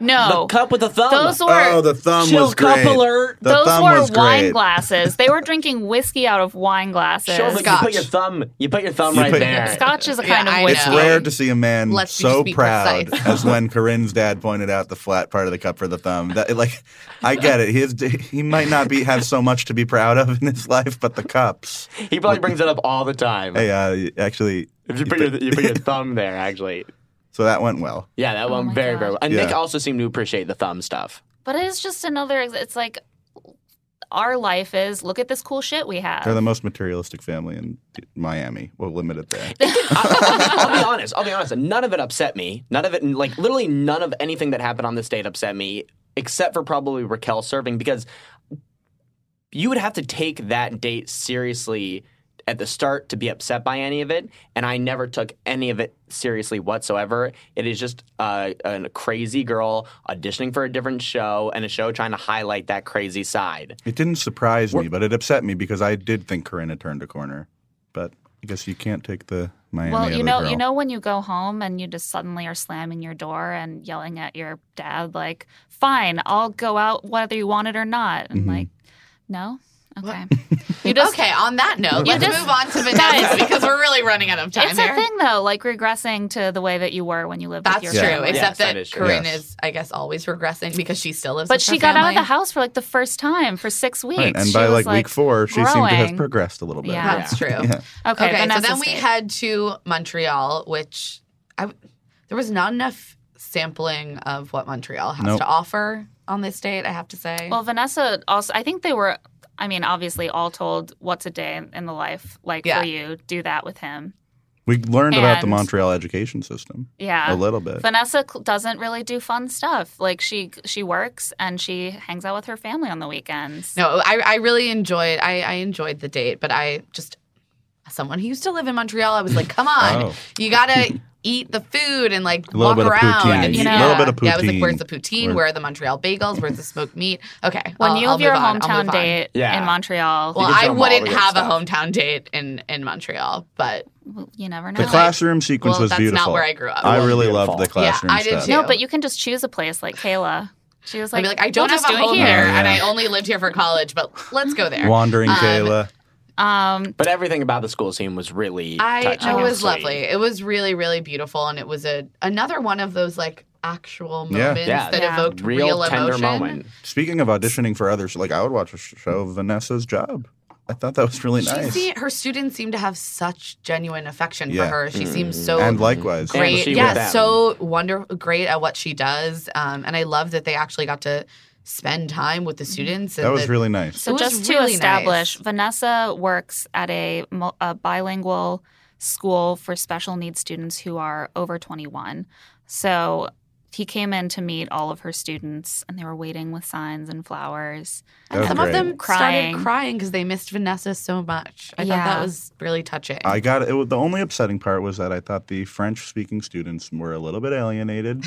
S4: No,
S5: The cup with the thumb.
S4: those were
S2: Oh, the thumb
S5: chill
S2: was
S5: cup
S2: great.
S5: alert.
S2: The
S4: those
S2: thumb
S4: were
S2: was
S4: wine
S2: great.
S4: glasses. They were drinking whiskey out of wine glasses.
S5: Sure, but you
S1: Scotch.
S5: put your thumb. You put your thumb
S2: You
S5: right
S2: put-
S5: there.
S4: Scotch is a
S1: Yeah,
S4: kind
S1: I
S4: of
S1: know.
S2: It's
S4: whiskey.
S1: No.
S2: rare to see a man
S1: Let's
S2: so
S1: just be
S2: proud
S1: precise.
S2: as when Corinne's dad pointed out the flat part of the cup for the thumb. That like, I get it. His he might not be have so much to be proud of in his life, but the cups.
S5: He probably brings it up all the time.
S2: Hey, uh, actually,
S5: If you put your you put your thumb there, actually.
S2: so that went well.
S5: Yeah, that one
S4: Oh my
S5: very very
S4: God.
S5: well. And Nick
S2: Yeah.
S5: also seemed to appreciate the thumb stuff.
S4: But it is just another. It's like our life is. Look at this cool shit we have.
S2: They're the most materialistic family in Miami. We'll limit it there.
S5: I, I'll, be honest. I'll be honest. None of it upset me. None of it, like literally, none of anything that happened on this date upset me, except for probably Raquel serving because you would have to take that date seriously at the start to be upset by any of it, and I never took any of it seriously whatsoever. It is just uh, a crazy girl auditioning for a different show and a show trying to highlight that crazy side.
S2: It didn't surprise me, but it upset me because I did think Corinna turned a corner. But I guess you can't take the Miami.
S4: well,
S2: out of
S4: you
S2: the
S4: know, you
S2: girl.
S4: know when you go home and you just suddenly are slamming your door and yelling at your dad, like, "Fine, I'll go out whether you want it or not," and
S2: Mhm.
S4: like, no, okay, you just.
S1: okay, on that note,
S4: You
S1: let's
S4: just-
S1: move on to
S4: Guys.
S1: Vanessa because we're really running out of time
S4: It's
S1: here.
S4: a thing though, like regressing to the way that you were when you lived
S1: That's
S4: with your
S1: true,
S4: family.
S5: Yeah. Yes,
S1: except
S5: that
S1: that,
S5: is true.
S1: Corinne
S2: Yes.
S1: is, I guess, always regressing because she still lives.
S4: But
S1: with
S4: she
S1: her
S4: got out of
S1: family.
S4: the house for like the first time for six weeks.
S2: Right, and
S4: She
S2: by
S4: was,
S2: like, week four, she seemed to have
S4: growing.
S2: progressed a little bit.
S4: Yeah.
S1: That's true.
S2: Yeah.
S4: Okay,
S1: Okay, so
S4: Vanessa's
S1: then we
S4: date.
S1: head to Montreal, which I w- there was not enough sampling of what Montreal has
S2: Nope.
S1: to offer on this date. I have to say.
S4: Well, Vanessa also, I think they were, I mean, obviously all told, what's a day in the life like
S1: Yeah.
S4: for you? Do that with him.
S2: We learned about the
S4: And-
S2: Montreal education system a
S4: Yeah.
S2: little bit.
S4: Vanessa cl- doesn't really do fun stuff. Like she she works and she hangs out with her family on the weekends.
S1: no, I, I really enjoyed. I, I enjoyed the date, but I just as someone who used to live in Montreal, I was like, come on,
S2: Oh.
S1: you gotta eat the food and like
S2: A little
S1: walk
S2: bit of
S1: around.
S2: poutine.
S1: And
S4: You know-
S1: yeah.
S4: Little
S2: bit of
S1: Yeah, I was like,
S2: poutine.
S1: where's the poutine?
S2: Where-
S1: Where are the Montreal bagels? Where's the smoked meat? Okay,
S4: When
S1: I'll-
S4: you
S1: I'll
S4: have your
S1: move on. I'll
S4: hometown
S1: move on.
S4: date
S5: Yeah.
S4: in Montreal,
S1: Well,
S5: can show
S1: I
S5: 'em all the
S1: wouldn't
S5: good
S1: have a
S5: stuff.
S1: hometown date in in Montreal, but
S4: w- you never know.
S2: the classroom sequence
S1: well,
S2: was
S1: that's
S2: beautiful.
S1: not where I grew up.
S2: I
S5: It was
S2: really
S5: beautiful.
S2: loved the classroom
S1: Yeah, I did
S2: stuff.
S1: too.
S4: no, but you can just choose a place like Kayla. She was like,
S1: I'd be like, I don't
S4: we'll
S1: have
S4: just
S1: a
S4: do it
S1: home
S4: here.
S1: there,
S2: Yeah.
S1: and I only lived here for college, but let's go there.
S2: Wandering
S1: Um,
S2: Kayla.
S4: Um,
S5: But everything about the school scene was really
S1: I
S5: touching.
S1: it
S5: and
S1: was
S5: sweet.
S1: lovely. It was really, really beautiful, and it was a another one of those like actual
S2: Yeah.
S1: moments
S5: Yeah,
S1: that
S4: Yeah.
S1: evoked real,
S5: Real tender
S1: emotion.
S5: moment.
S2: Speaking of auditioning for others, like I would watch a sh- show of Vanessa's job. I thought that was really
S1: She
S2: nice.
S1: se- her students seemed to have such genuine affection
S2: Yeah.
S1: for her. She seems
S5: Mm.
S1: so
S2: and likewise,
S5: And
S1: great.
S5: she was
S1: yeah,
S5: them.
S1: so wonderful, great at what she does, um, and I love that they actually got to spend time with the students. And
S2: Mm-hmm. that was really nice.
S1: It
S4: So
S1: was
S4: just to
S1: really
S4: establish,
S1: nice.
S4: Vanessa works at a, mul- a bilingual school for special needs students who are over 21. So he came in to meet all of her students, and they were waiting with signs and flowers.
S2: That was
S1: Some
S2: great.
S1: of them
S4: Crying.
S1: started crying because they missed Vanessa so much. I thought
S4: Yeah.
S1: that was really touching.
S2: I got it. was- The only upsetting part was that I thought the French speaking students were a little bit alienated.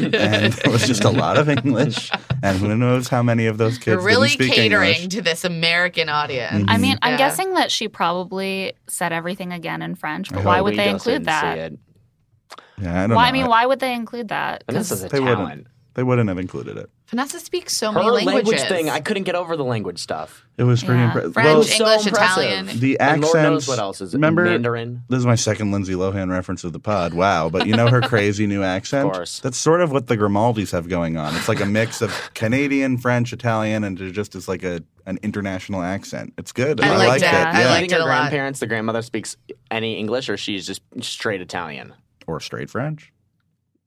S2: and it was just a lot of English. And who knows how many of those
S1: You're
S2: kids
S1: really
S2: didn't speak
S1: catering
S2: English. Mm-hmm.
S1: to this American audience.
S4: I mean, I'm
S1: Yeah.
S4: guessing that she probably said everything again in French, but
S2: I
S4: why
S2: hope
S5: We
S4: would they
S5: just
S4: include
S5: didn't see
S4: that?
S5: it.
S2: Yeah, I don't
S4: Why?
S2: know.
S4: I mean, why would they include that?
S5: And this
S4: 'Cause
S5: is a
S2: They wouldn't.
S5: talent.
S2: They wouldn't have included it.
S1: Vanessa speaks so
S5: Her
S1: many languages.
S5: language thing, I couldn't get over the language stuff.
S2: It was pretty
S4: Yeah.
S2: impressive.
S1: French,
S2: Well,
S5: so
S1: English,
S5: impressive.
S1: Italian.
S2: the
S5: And
S2: accents.
S5: Lord knows what else is
S2: remember,
S5: Mandarin.
S2: this is my second Lindsay Lohan reference of the pod. Wow, but you know her crazy new accent.
S5: course.
S2: That's sort of what the Grimaldis have going on. It's like a mix of Canadian, French, Italian, and it just is like a an international accent. It's good.
S1: I
S2: I,
S1: liked
S2: liked
S1: it. I
S2: it. Yeah.
S5: Do you
S1: liked
S5: think
S1: it a
S5: her
S1: lot.
S5: grandparents, the grandmother speaks any English, or she's just straight Italian.
S2: or straight French.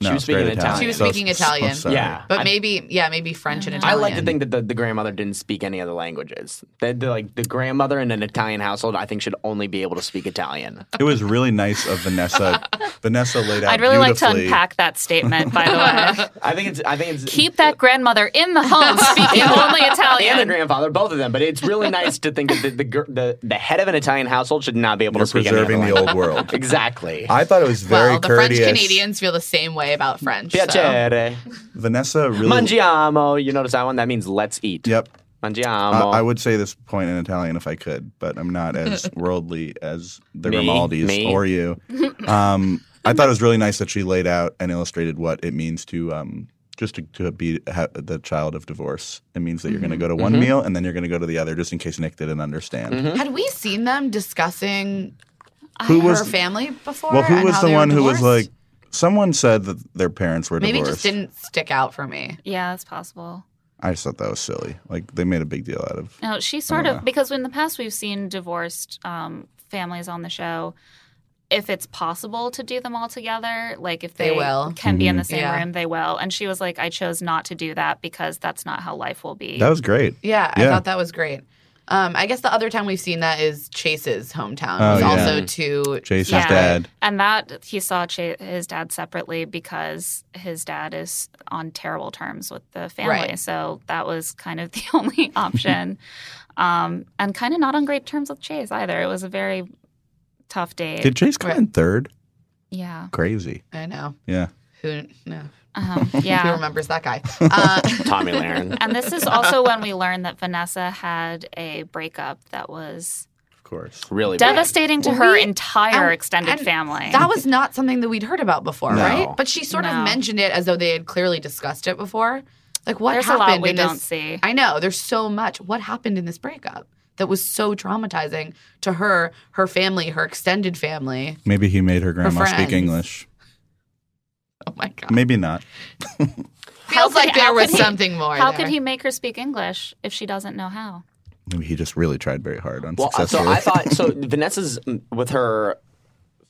S5: She
S2: No,
S5: was speaking
S2: straight
S5: Italian.
S1: She was
S2: So-
S1: speaking Italian.
S2: so sorry.
S5: Yeah.
S1: But
S5: I-
S1: maybe, yeah, maybe French and
S4: I
S5: I
S1: Italian.
S5: like to think that the, the grandmother didn't speak any other languages. The, the, like the grandmother in an Italian household, I think, should only be able to speak Italian.
S2: It was really nice of Vanessa. Vanessa laid out.
S4: I'd really like to
S2: beautifully-
S4: unpack that statement, by the way.
S5: I think it's. I think it's
S4: Keep that grandmother in the home speaking only
S5: and the
S4: Italian.
S5: grandfather, both of them. But it's really nice to think that the the, gir- the the head of an Italian household should not be able
S2: You're
S5: to speak any other
S2: preserving the
S5: language.
S2: old world.
S5: Exactly.
S2: I thought it was very
S1: well, the French
S2: courteous.
S1: Canadians feel the same way about French. so-
S5: Piacere.
S2: Vanessa really.
S5: Mangiamo. You notice that one? That means let's eat.
S2: Yep. I,
S5: Mangiamo.
S2: I would say this point in Italian if I could, but I'm not as worldly as the
S5: Me?
S2: Grimaldis
S5: Me?
S2: or you. Um, I thought it was really nice that she laid out and illustrated what it means to um, just to, to be ha- the child of divorce. It means that you're
S5: Mm-hmm.
S2: going to go to one meal and then you're going to go to the other, just in case Nick didn't understand.
S5: Mm-hmm.
S1: Had we seen them discussing
S2: Who
S1: her
S2: was
S1: family before?
S2: well? Who
S1: and
S2: was
S1: how
S2: the
S1: they were
S2: one who was
S1: divorced?
S2: like? Someone said that their parents were
S1: Maybe it just
S2: divorced.
S1: didn't stick out for me.
S4: Yeah, that's possible.
S2: I just thought that was silly. Like they made a big deal out of.
S4: No, Oh, she sort of because in the past we've seen divorced um, families on the show. If it's possible to do them all together, like if
S1: They
S4: they,
S1: will.
S4: can be in the
S2: Mm-hmm.
S4: same
S1: Yeah.
S4: room, they will. And she was like, "I chose not to do that because that's not how life will be."
S2: That was great.
S1: Yeah, I
S2: Yeah.
S1: thought that was great. Um, I guess the other time we've seen that is Chase's hometown.
S2: Oh,
S1: was
S2: yeah.
S1: also to
S2: Chase's
S4: Yeah.
S2: dad.
S4: and that he saw Ch- his dad separately because his dad is on terrible terms with the family.
S1: Right.
S4: So that was kind of the only option, um, and kind of not on great terms with Chase either. It was a very tough day.
S2: Did Chase come in third?
S4: yeah.
S2: Crazy.
S1: I know
S2: Yeah.
S1: who no
S4: Um,
S1: who
S4: yeah.
S1: remembers that guy. Uh,
S5: Tommy Laren.
S4: And this is also when we learned that Vanessa had a breakup that was
S2: Of course.
S5: Really bad.
S4: devastating to her
S1: We-
S4: entire
S1: and-
S4: extended
S1: and
S4: family.
S1: that was not something that we'd heard about before,
S2: No.
S1: right? But she sort
S4: No.
S1: of mentioned it as though they had clearly discussed it before. Like what
S4: There's a
S1: happened
S4: lot we
S1: in this?
S4: don't see.
S1: I know there's so much. What happened in this breakup that was so traumatizing to her, her family, her extended family?
S2: Maybe he made her grandma speak
S1: friends.
S2: English.
S1: Oh my god!
S2: Maybe not.
S4: How
S1: Feels like
S4: could-
S1: there
S4: how
S1: was
S4: could he-
S1: something more.
S4: How
S1: there.
S4: could he make her speak English if she doesn't know how?
S2: Maybe he just really tried very hard on
S5: Well, I- so
S2: successfully.
S5: I thought so. Vanessa's mm, with her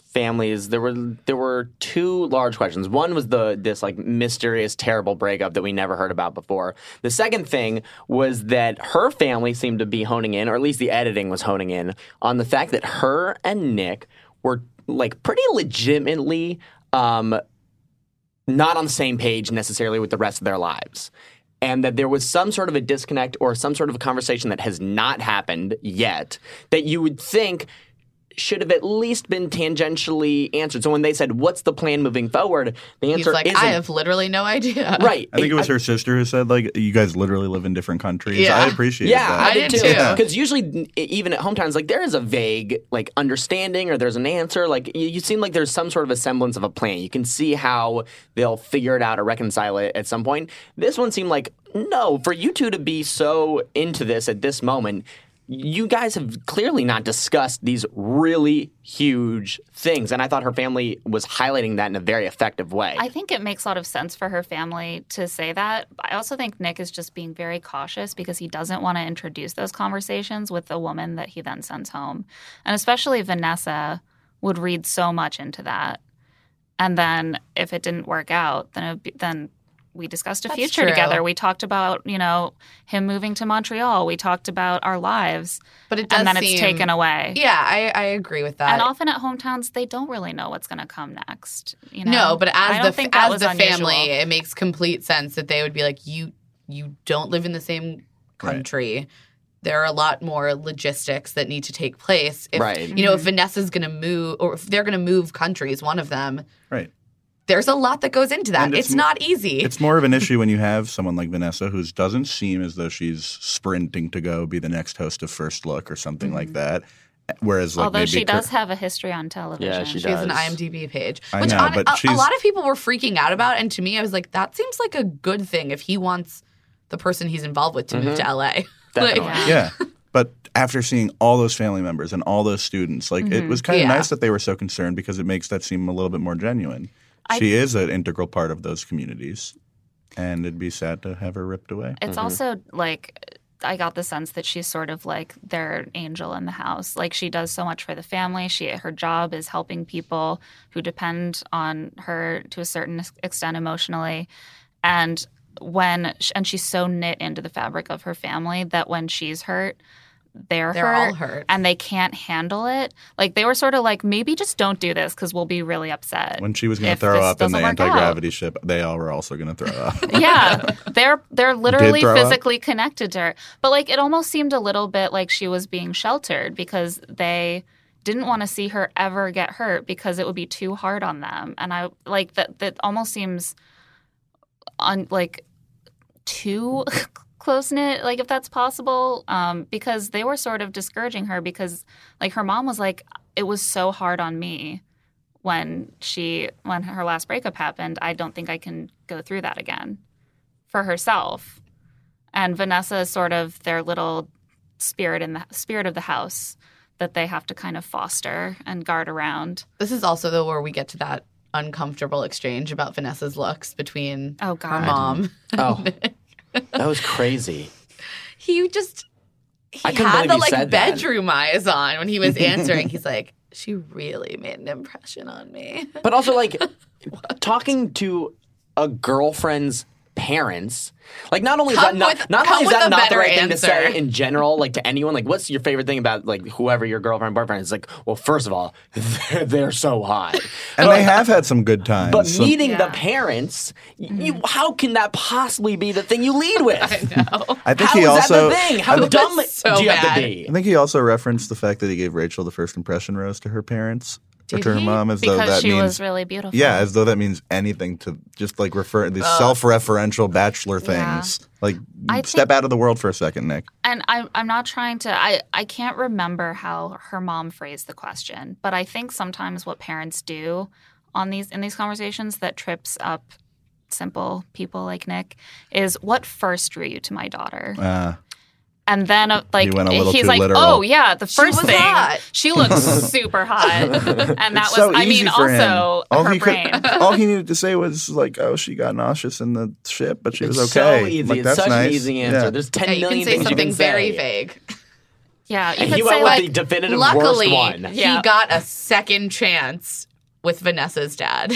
S5: families. There were there were two large questions. One was the this like mysterious, terrible breakup that we never heard about before. The second thing was that her family seemed to be honing in, or at least the editing was honing in on the fact that her and Nick were like pretty legitimately um, not on the same page necessarily with the rest of their lives. And that there was some sort of a disconnect or some sort of a conversation that has not happened yet that you would think should have at least been tangentially answered. So when they said, What's the plan moving forward? The
S1: He's
S5: answer
S1: like,
S5: isn't
S1: I have literally no idea.
S5: right.
S2: I think it was her sister who said, like, you guys literally live in different countries.
S1: Yeah.
S2: I appreciate
S5: Yeah,
S2: that.
S5: I did
S1: did
S5: too.
S1: too.
S5: Because usually, e- even at hometowns, like there is a vague like understanding or there's an answer. Like you, you seem like there's some sort of a semblance of a plan. You can see how they'll figure it out or reconcile it at some point. This one seemed like no for you two to be so into this at this moment. You guys have clearly not discussed these really huge things, and I thought her family was highlighting that in a very effective way.
S4: I think it makes a lot of sense for her family to say that. I also think Nick is just being very cautious because he doesn't want to introduce those conversations with the woman that he then sends home. And especially Vanessa would read so much into that. And then if it didn't work out, then it would be, then we discussed a
S1: That's
S4: future
S1: true.
S4: together. We talked about, you know, him moving to Montreal. We talked about our lives.
S1: But it does
S4: And then
S1: seem,
S4: it's taken away.
S1: Yeah, I, I agree with that.
S4: And often at hometowns, they don't really know what's going to come next. You know?
S1: no, but
S4: I
S1: as
S4: don't
S1: the
S4: think that
S1: as
S4: was
S1: the
S4: unusual.
S1: family, it makes complete sense that they would be like, you you don't live in the same
S2: Right.
S1: country. There are a lot more logistics that need to take place. If,
S5: Right.
S1: You know,
S4: Mm-hmm.
S1: if Vanessa's going to move, or if they're going to move countries, one of them,
S2: Right.
S1: there's a lot that goes into that.
S2: And
S1: It's,
S2: it's m-
S1: not easy.
S2: It's more of an issue when you have someone like Vanessa who doesn't seem as though she's sprinting to go be the next host of First Look or something like that. Whereas, like,
S4: Although
S2: maybe
S4: she
S2: Cur-
S4: does have a history on television.
S5: she
S1: She has an
S5: does.
S1: IMDb page,
S2: I
S1: which
S2: know,
S1: on,
S2: but
S1: a- a,
S2: she's-
S1: lot of people were freaking out about. And to me, I was like, that seems like a good thing if he wants the person he's involved with to
S2: Mm-hmm.
S1: move to LA. like,
S5: Definitely.
S2: yeah. But after seeing all those family members and all those students, like it was kind of
S1: Yeah.
S2: nice that they were so concerned because it makes that seem a little bit more genuine. she is an integral part of those communities, and it'd be sad to have her ripped away.
S4: It's also like I got the sense that she's sort of like their angel in the house. Like she does so much for the family. She her job is helping people who depend on her to a certain extent emotionally, and when and she's so knit into the fabric of her family that when she's hurt, they're,
S1: They're
S4: hurt
S1: all hurt.
S4: and they can't handle it. Like they were sort of like, maybe just don't do this because we'll be really upset.
S2: When she was going
S4: If
S2: to throw
S4: this
S2: up in the
S4: doesn't work out.
S2: anti gravity ship, they all were also going to throw up.
S4: yeah, they're they're literally
S2: throw up?
S4: physically connected to her. But like it almost seemed a little bit like she was being sheltered because they didn't want to see her ever get hurt because it would be too hard on them. And I like that that almost seems on like too close knit like if that's possible um because they were sort of discouraging her because like her mom was like it was so hard on me when she when her last breakup happened i don't think i can go through that again for herself and vanessa is sort of their little spirit in the spirit of the house that they have to kind of foster and guard around
S1: This is also though where we get to that uncomfortable exchange about Vanessa's looks between
S4: oh
S1: her
S4: god
S1: mom.
S5: Oh, that was crazy.
S1: He just he
S5: I couldn't
S1: had
S5: believe
S1: the
S5: he
S1: like
S5: said that.
S1: bedroom eyes on when he was answering. He's like, she really made an impression on me.
S5: But also, like, talking to a girlfriend's parents, like, not only
S1: Come
S5: is that
S1: with-
S5: not, not
S1: come
S5: only is
S1: with a
S5: that not the
S1: better
S5: right thing to
S1: answer.
S5: say in general, like, to anyone, like, what's your favorite thing about, like, whoever your girlfriend or boyfriend is? Like, well, first of all, they're, they're so hot.
S2: and they have had some good times.
S5: But
S2: some-
S5: meeting
S4: Yeah.
S5: the parents, y-
S1: Mm-hmm.
S5: you, how can that possibly be the thing you lead with?
S2: I think
S5: How
S2: he
S5: is
S2: also.
S5: that the thing? How
S2: I, think,
S5: dumb
S1: so
S5: do you have to
S1: bad.
S5: be?
S2: I think he also referenced the fact that he gave Rachel the first impression rose to her parents or
S1: Did
S2: to her
S1: he?
S2: mom, as though
S4: because
S2: that
S4: she
S2: means
S4: was really beautiful
S2: Yeah, as though that means anything to just like refer these self-referential bachelor
S4: Yeah.
S2: things. Like
S4: I
S2: step
S4: think-
S2: out of the world for a second, Nick.
S4: and I, I'm not trying to. I I can't remember how her mom phrased the question, but I think sometimes what parents do on these in these conversations that trips up simple people like Nick is what first drew you to my daughter,
S2: Uh,
S4: and then uh, like
S2: went a little
S4: he's
S2: too
S4: like,
S2: literal.
S4: oh yeah, the
S1: She
S4: first
S1: was
S4: thing
S1: hot.
S4: she looked super hot, and that
S2: it's
S4: was
S2: so
S4: I
S2: easy
S4: mean
S2: for
S4: also
S2: him. All
S4: her
S2: he could-
S4: brain.
S2: all he needed to say was like, "Oh, she got nauseous in the ship, but she
S5: It's
S2: was okay."
S5: so easy.
S2: Like,
S5: it's
S2: that's
S5: such
S2: nice.
S5: an easy answer.
S2: Yeah.
S5: There's
S1: Yeah,
S5: ten
S1: you
S5: million
S1: can say
S5: things you
S1: something
S5: can
S1: very
S5: say.
S1: vague.
S4: yeah, you
S5: And
S4: could
S5: he
S4: say
S5: went
S4: like
S5: with the definitive
S1: Luckily,
S5: worst one.
S1: he
S4: Yeah.
S1: got a second chance with Vanessa's dad.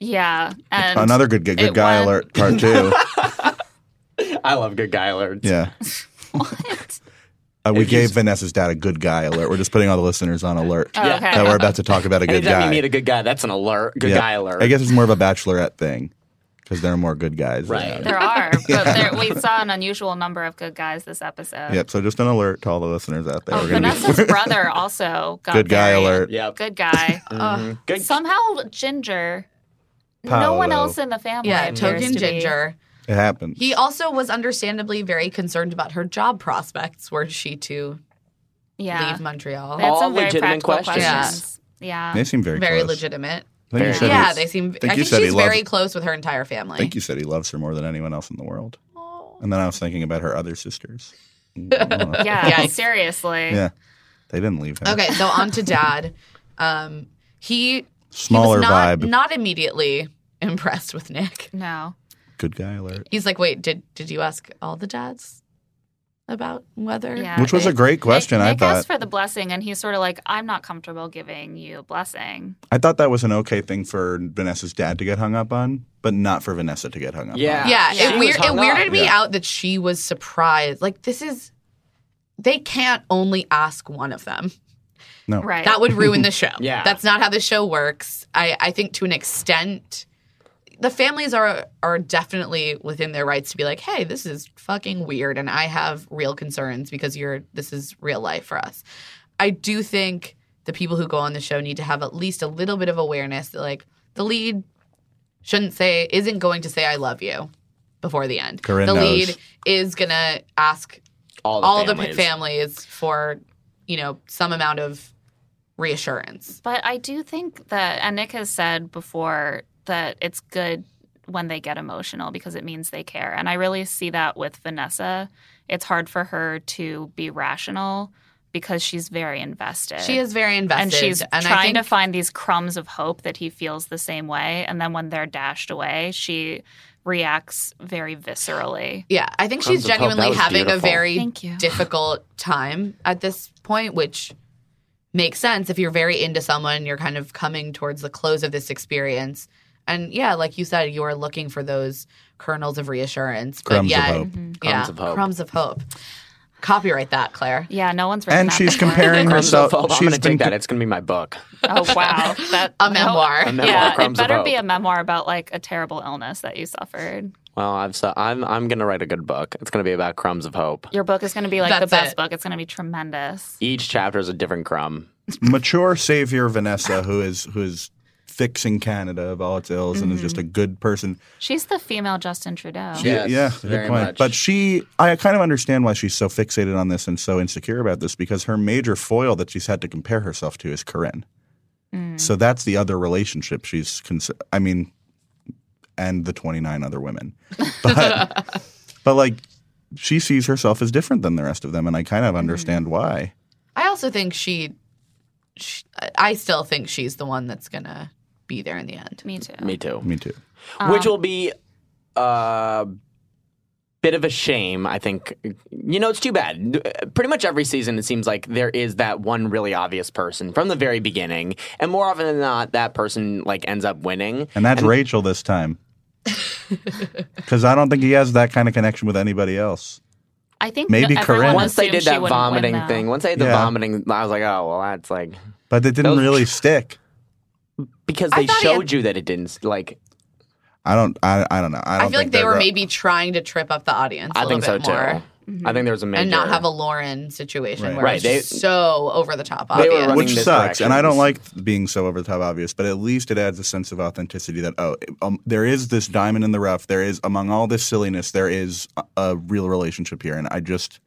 S4: yeah, and
S2: Another good good
S4: it
S2: guy
S4: went-
S2: alert part two.
S5: I love good guy alerts.
S2: yeah,
S4: Oh, what?
S2: uh, we
S5: If you
S2: gave
S5: s-
S2: Vanessa's dad a good guy alert. We're just putting all the listeners on alert
S4: Oh, okay.
S2: that we're about to talk about a good
S5: Anytime
S2: guy.
S5: you meet a good guy, that's an alert. Good
S2: Yeah.
S5: guy alert.
S2: I guess it's more of a bachelorette thing because there are more good guys. than
S5: Right.
S2: others.
S4: There are, but there, we saw an unusual number of good guys this episode.
S2: Yep. So just an alert to all the listeners out there.
S4: Oh,
S2: We're gonna
S4: Vanessa's brother also got
S2: good guy
S4: married.
S2: alert.
S5: Yep.
S4: Good guy.
S5: Mhm. Good.
S4: Somehow Ginger. No one
S2: Paolo.
S4: else in the family.
S1: yeah,
S4: appears
S1: token
S4: to be-
S1: ginger.
S2: It happens.
S1: He also was understandably very concerned about her job prospects. Were she to
S4: Yeah,
S1: leave Montreal?
S4: They had
S5: All
S4: some very
S5: legitimate
S4: practical
S5: questions.
S4: Yeah.
S2: they seem very
S1: very
S2: close.
S1: legitimate.
S2: I think
S5: Very
S2: you said
S1: yeah,
S2: he,
S1: they seem.
S2: think
S1: I
S2: you
S1: think
S2: said he
S1: she's very
S2: loved-
S1: close with her entire family.
S2: I think you said he loves her more than anyone else in the world.
S1: Oh.
S2: And then I was thinking about her other sisters. yeah.
S4: Yeah.
S1: Yikes.
S4: Seriously.
S2: Yeah. They didn't leave her.
S1: Okay, so on to dad. Um, he
S2: Smaller
S1: he was not,
S2: vibe.
S1: Not immediately impressed with Nick.
S4: No.
S2: Good guy alert.
S1: He's like, wait, did did you ask all the dads about whether?
S4: Yeah.
S2: Which was a
S1: they-
S2: great question,
S4: Nick,
S2: I
S4: Nick
S2: thought.
S4: asked for the blessing, and he's sort of like, "I'm not comfortable giving you a blessing."
S2: I thought that was an okay thing for Vanessa's dad to get hung up on, but not for Vanessa to get hung up
S5: Yeah.
S2: on.
S1: Yeah,
S5: She
S1: it,
S5: was
S1: weird, it
S5: hung
S1: weirded
S5: up.
S1: me
S2: Yeah.
S1: out that she was surprised. Like, this is. They can't only ask one of them.
S2: No.
S4: Right.
S1: That would ruin the show.
S5: Yeah.
S1: That's not how the show works. I, I think to an extent, the families are are definitely within their rights to be like, hey, this is fucking weird and I have real concerns because you're this is real life for us. I do think the people who go on the show need to have at least a little bit of awareness that like the lead shouldn't say isn't going to say I love you before the end.
S2: Corinne
S1: the
S2: knows.
S1: lead is gonna ask
S5: all the
S1: all the
S5: families.
S1: p- families for you know some amount of reassurance.
S4: But I do think that, and Nick has said before that it's good when they get emotional because it means they care. And I really see that with Vanessa. It's hard for her to be rational because she's very invested.
S1: She is very invested,
S4: and she's
S1: and I
S4: trying
S1: think
S4: to find these crumbs of hope that he feels the same way. And then when they're dashed away, she reacts very viscerally.
S1: Yeah, I think
S5: Crumbs
S1: she's
S5: of hope. That
S1: genuinely
S5: was
S1: having
S5: beautiful.
S1: a very
S4: Thank you.
S1: difficult time at this point, which makes sense if you're very into someone, you're kind of coming towards the close of this experience. And yeah, like you said, you are looking for those kernels of reassurance.
S2: Crumbs of
S1: but yeah,
S2: hope.
S4: Mm-hmm.
S1: Yeah,
S5: Crumbs of hope.
S1: Crumbs of hope. Copyright that, Claire.
S4: Yeah, no one's written
S2: And
S4: that
S2: she's
S4: before.
S2: comparing
S5: Crumbs of
S2: herself.
S5: hope. I'm
S2: she's
S5: going to take
S2: been
S5: that. It's going to be my book.
S4: Oh wow, that
S1: A memoir.
S5: A memoir,
S4: Yeah, it
S5: Crumbs of
S4: better
S5: Hope.
S4: be a memoir about like a terrible illness that you suffered.
S5: Well, I've so I'm I'm going to write a good book. It's going to be about crumbs of hope.
S4: Your book is going to be like the
S1: That's
S4: best
S1: it.
S4: book. It's going to be tremendous.
S5: Each chapter is a different crumb.
S2: mature savior Vanessa, who is who is fixing Canada of all its ills
S1: Mm-hmm.
S2: and is just a good person.
S4: She's the female Justin Trudeau.
S2: She-
S5: Yes,
S2: yeah, good
S5: very
S2: point.
S5: much.
S2: But she, I kind of understand why she's so fixated on this and so insecure about this because her major foil that she's had to compare herself to is Corinne.
S4: Mm.
S2: So that's the other relationship she's. Cons- I mean, and the twenty nine other women, but but like she sees herself as different than the rest of them, and I kind
S5: Mm.
S2: of understand why.
S1: I also think she, sh I still think she's the one that's going to be there in the end.
S4: Me too.
S5: Me too.
S2: Me too.
S5: Which
S4: Um,
S5: will be a bit of a shame, I think. You know, it's too bad. Pretty much every season, it seems like there is that one really obvious person from the very beginning, and more often than not, that person like ends up winning.
S2: And that's Rachel this time. Because I don't think he has that kind of connection with anybody else.
S4: I think
S2: Maybe
S4: everyone
S2: Corinne.
S5: Once they
S4: assumed
S5: did
S4: she wouldn't
S5: that
S4: win,
S5: vomiting
S4: though.
S5: thing, once they did the
S2: Yeah.
S5: vomiting, I was like, oh well, that's like
S2: But it didn't
S5: Those-
S2: really stick.
S5: because
S1: I
S5: they
S1: thought he had-
S5: showed you that it didn't. Like,
S2: I don't. I, I don't know. I,
S1: I,
S2: don't
S1: feel like
S2: think
S1: they
S2: that
S1: were
S2: Ro-
S1: maybe trying to trip up the audience. I
S5: I think so
S1: bit
S5: too.
S1: more.
S5: I think there was a major
S1: and not have a Lauren situation
S2: Right.
S1: where
S5: Right,
S1: it's
S5: they-
S1: just so over the top
S5: They were
S1: obvious.
S5: running
S2: which
S5: this
S2: sucks. And I don't like
S5: directions.
S2: being so over the top obvious, but at least it adds a sense of authenticity that oh, um, there is this diamond in the rough. There is among all this silliness, there is a, a real relationship here, and I just,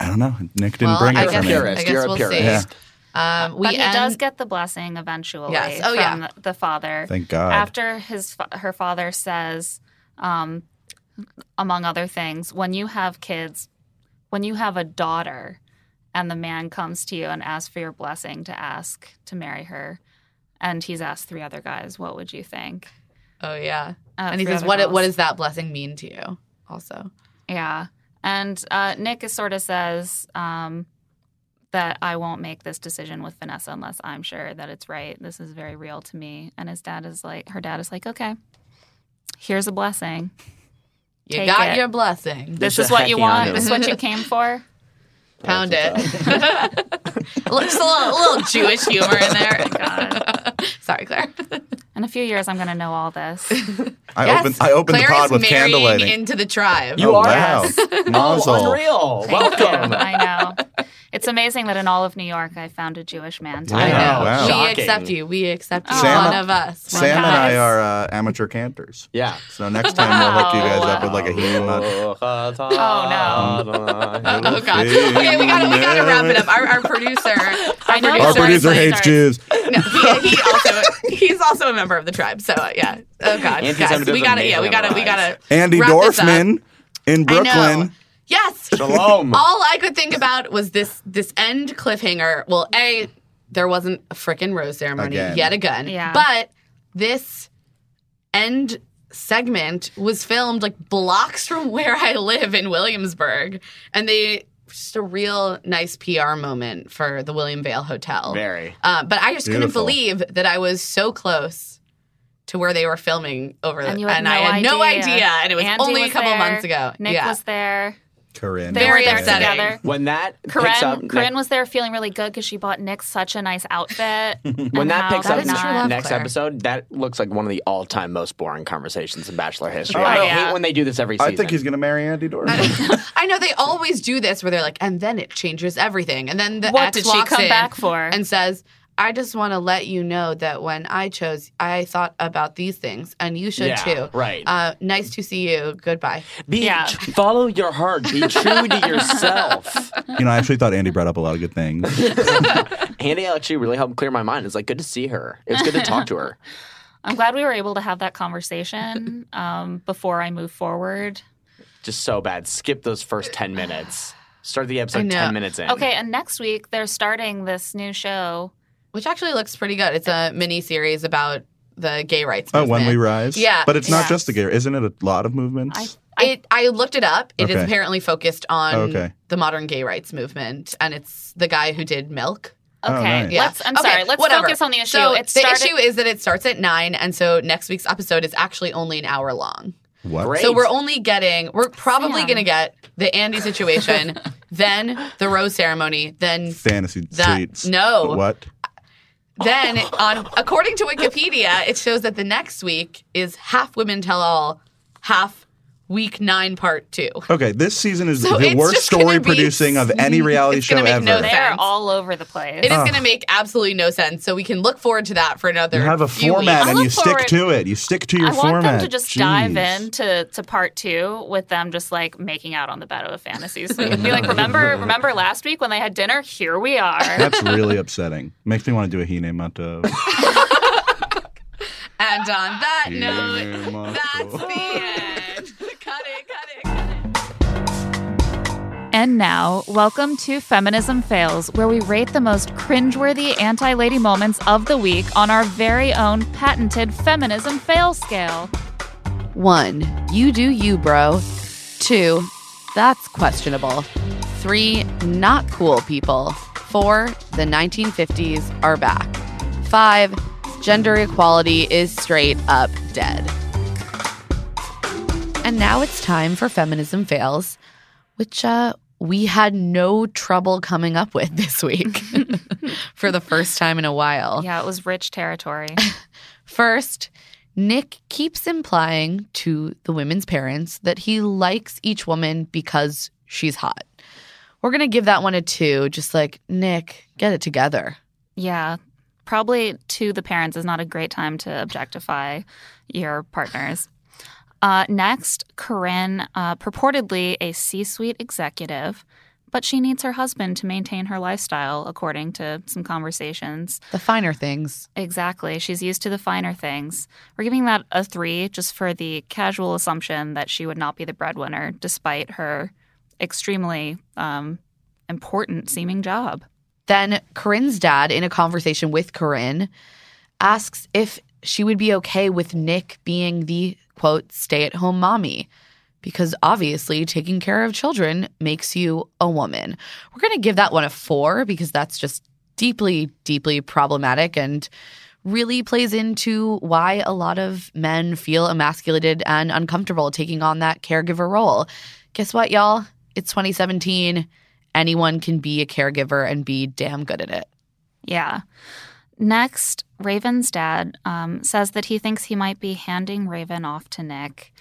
S2: I don't know. Nick didn't
S1: Well,
S2: bring
S1: I
S2: it for
S1: guess-
S2: me.
S1: You're
S5: purist.
S1: I guess
S5: You're a
S1: we'll see.
S5: purist.
S2: Yeah.
S1: um, we
S4: but he
S1: end,
S4: does get the blessing eventually
S1: Yes. Oh,
S4: from
S1: yeah.
S4: the, the father.
S2: Thank God.
S4: After his fa- her father says, um, among other things, when you have kids, when you have a daughter, and the man comes to you and asks for your blessing to ask to marry her, and he's asked three other guys, what would you think?
S1: Oh yeah,
S4: Uh,
S1: and he
S4: three
S1: says,
S4: other
S1: "What
S4: girls.
S1: what does that blessing mean to you?" Also,
S4: Yeah. And uh, Nick is sort of says um, that I won't make this decision with Vanessa unless I'm sure that it's right. This is very real to me. And his dad is like, her dad is like, okay, here's a blessing.
S1: you
S4: Take
S1: got
S4: it.
S1: your blessing.
S4: This
S5: Just
S4: is
S5: a
S4: what you
S5: hecky
S4: want.
S5: on
S4: This is what you came for.
S1: Pound it. Looks a little, a little Jewish humor in
S4: Oh
S1: there. Sorry, Claire.
S4: In a few years, I'm going to know all this.
S2: I
S1: Yes,
S2: opened. I opened the
S1: Claire
S2: pod
S1: is
S2: with candle
S1: marrying
S2: lighting.
S1: into the tribe.
S5: You
S2: oh,
S5: are?
S2: wow.
S5: oh,
S2: Mazel.
S5: unreal.
S4: Thank you.
S5: Welcome.
S4: I know. It's amazing that in all of New York, I found a Jewish man.
S5: I
S1: I know.
S2: Wow, wow. Oh.
S1: We
S5: Shocking.
S1: accept you. We accept you.
S2: Sam-
S1: one of us. One
S2: Sam and
S1: of us.
S2: I are uh, amateur cantors.
S5: Yeah.
S2: So next time we'll hook you guys up with like a heat mud.
S5: Oh no.
S1: Oh God. Okay, we gotta we gotta wrap it up. Our, our producer, our
S4: I know.
S2: Our
S4: Sorry,
S2: producer
S4: sorry,
S2: hates
S4: sorry.
S2: Jews.
S1: No, he, he also he's also a member of the tribe. So uh, yeah. Oh God, guys,
S5: Anti-Semitism
S1: we gotta yeah, we
S5: amazing
S1: gotta
S5: on
S1: we
S5: the
S1: gotta
S2: Andy
S1: wrap this up.
S2: Dorfman in
S1: I
S2: Brooklyn.
S1: know. Yes.
S5: Shalom.
S1: All I could think about was this this end cliffhanger. Well, a there wasn't a frickin' rose ceremony
S2: Again.
S1: yet again.
S4: Yeah.
S1: But this end segment was filmed like blocks from where I live in Williamsburg, and they just a real nice PR moment for the William Vale Hotel.
S5: Very.
S1: Uh, but I just couldn't
S2: Beautiful.
S1: believe that I was so close to where they were filming over,
S4: And
S1: and,
S4: you had
S1: I
S4: no
S1: had no
S4: idea.
S1: idea, and it was
S4: Andy
S1: only
S4: was
S1: a couple
S4: there.
S1: months ago.
S4: Nick
S1: yeah.
S4: was there.
S2: Corinne.
S4: They
S1: Very
S4: were there
S1: upsetting.
S4: together.
S5: When that picks up
S4: Corinne,
S5: ne-
S4: Corinne was there feeling really good because she bought Nick such a nice outfit.
S5: when that picks up
S1: is
S5: ne-
S1: true love,
S5: next
S1: Claire.
S5: episode, that looks like one of the all-time most boring conversations in Bachelor history.
S4: Oh,
S5: I
S4: yeah.
S5: hate when they do this every season.
S2: I think he's going to marry Andy Dorfman.
S1: I know they always do this where they're like, and then it changes everything. And then the
S4: What
S1: ex
S4: did she
S1: walks
S4: come
S1: in
S4: back for?
S1: and says, I just want to let you know that when I chose, I thought about these things, and you should
S5: Yeah,
S1: too.
S5: right.
S1: Uh, nice to see you. Goodbye.
S5: Be,
S4: Yeah.
S5: Follow your heart. Be true to yourself.
S2: you know, I actually thought Andy brought up a lot of good things.
S5: Andy actually really helped clear my mind. It's like good to see her. It was good to talk to her.
S4: I'm glad we were able to have that conversation um, before I move forward.
S5: Just so bad. Skip those first ten minutes. Start the
S10: I
S5: episode
S10: know.
S5: ten minutes in.
S4: Okay, and next week they're starting this new show.
S10: which actually looks pretty good. It's a mini series about the gay rights.
S2: Oh, when we
S10: movement.
S2: rise.
S10: Yeah,
S2: but it's not
S4: yeah.
S2: just the gear, isn't it? A lot of movements.
S4: I
S10: it, I looked it up. It is
S2: Okay.
S10: apparently focused on
S2: Okay.
S10: the modern gay rights movement, and it's the guy who did Milk.
S2: Oh,
S4: Okay,
S2: nice.
S10: Yeah.
S4: let's. I'm
S10: Okay,
S4: sorry. Let's
S10: whatever.
S4: focus on the issue.
S10: So
S4: it
S10: the
S4: started,
S10: issue is that it starts at nine, and so next week's episode is actually only an hour long.
S2: what?
S5: Great.
S10: So we're only getting, we're probably
S4: Sam.
S10: going to get the Andy situation, then the rose ceremony, then
S2: Fantasy
S10: That-
S2: tweets.
S10: no.
S2: What?
S10: then on according to Wikipedia, it shows that the next week is half women tell all, half week nine part two.
S2: Okay, this season is
S10: So
S2: the
S10: it's
S2: worst
S10: just gonna
S2: story
S10: be-
S2: producing of any reality
S10: it's
S2: show
S10: gonna make
S2: ever.
S10: no
S4: they
S10: sense.
S4: are all over the place.
S10: It is
S2: Ugh.
S10: going to make absolutely no sense. So we can look forward to that for another.
S2: you have a
S10: few
S2: format
S10: weeks.
S2: and
S4: I
S2: you
S4: look
S2: stick
S4: forward-
S2: to it. You stick to your
S4: I want
S2: format.
S4: them to just
S2: Jeez.
S4: dive in to, to part two with them just like making out on the bed of a fantasy suite. Be like, remember, remember last week when they had dinner? Here we are.
S2: That's really upsetting. Makes me want to do a Hine Mato.
S10: And on that note,
S2: Hine Mato.
S10: that's the end. cut it, cut it, cut it.
S11: And now, welcome to Feminism Fails, where we rate the most cringeworthy anti lady moments of the week on our very own patented feminism fail scale.
S1: One, you do you, bro. Two, that's questionable. Three, not cool people. Four, the 1950s are back. Five, gender equality is straight up dead. And now it's time for Feminism Fails, which uh, we had no trouble coming up with this week for the first time in a while.
S4: yeah, it was rich territory.
S1: First, Nick keeps implying to the women's parents that he likes each woman because she's hot. We're going to give that one a two, just like, Nick, get it together.
S4: Yeah, probably to the parents is not a great time to objectify your partners. Uh, next, Corinne, uh, purportedly a C suite executive, but she needs her husband to maintain her lifestyle, according to some conversations.
S1: The finer things.
S4: Exactly. She's used to the finer things. We're giving that a three just for the casual assumption that she would not be the breadwinner despite her extremely um, important seeming job.
S1: Then Corinne's dad, in a conversation with Corinne, asks if she would be okay with Nick being the quote, stay at home mommy. Because obviously, taking care of children makes you a woman. We're going to give that one a four because that's just deeply, deeply problematic and really plays into why a lot of men feel emasculated and uncomfortable taking on that caregiver role. Guess what, y'all? It's 2017 anyone can be a caregiver and be damn good at it.
S4: Yeah. Next, Raven's dad um, says that he thinks he might be handing Raven off to Nick.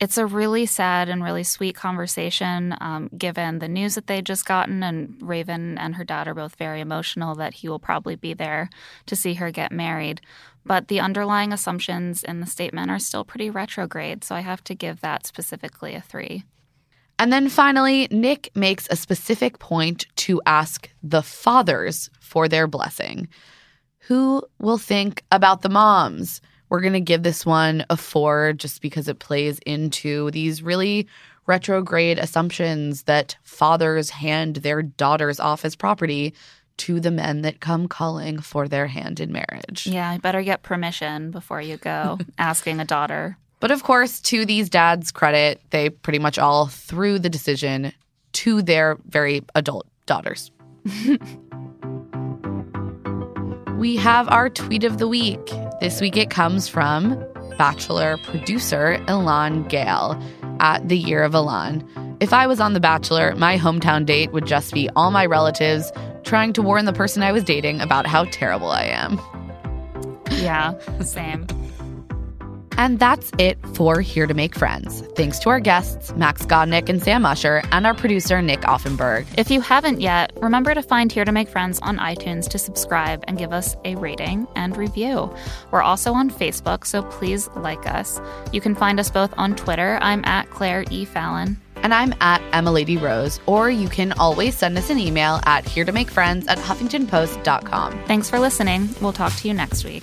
S4: It's a really sad and really sweet conversation, um, given the news that they just gotten, and Raven and her dad are both very emotional that he will probably be there to see her get married. But the underlying assumptions in the statement are still pretty retrograde, so I have to give that specifically a three.
S1: And then finally, Nick makes a specific point to ask the fathers for their blessing. Who will think about the moms? We're going to give this one a four just because it plays into these really retrograde assumptions that fathers hand their daughters off as property to the men that come calling for their hand in marriage.
S4: Yeah, you better get permission before you go asking a daughter
S1: But of course, to these dads' credit, they pretty much all threw the decision to their very adult daughters. we have our tweet of the week. This week it comes from Bachelor producer Elan Gale at The Year of Elan. If I was on The Bachelor, my hometown date would just be all my relatives trying to warn the person I was dating about how terrible I am.
S4: Yeah, same.
S1: And that's it for Here to Make Friends. Thanks to our guests, Max Godnick and Sam Usher, and our producer, Nick Offenberg.
S4: If you haven't yet, remember to find Here to Make Friends on iTunes to subscribe and give us a rating and review. We're also on Facebook, so please like us. You can find us both on Twitter. I'm at Claire E. Fallon.
S1: And I'm at Emily Rose, or you can always send us an email at here to make friends at huffingtonpost.com.
S4: Thanks for listening. We'll talk to you next week.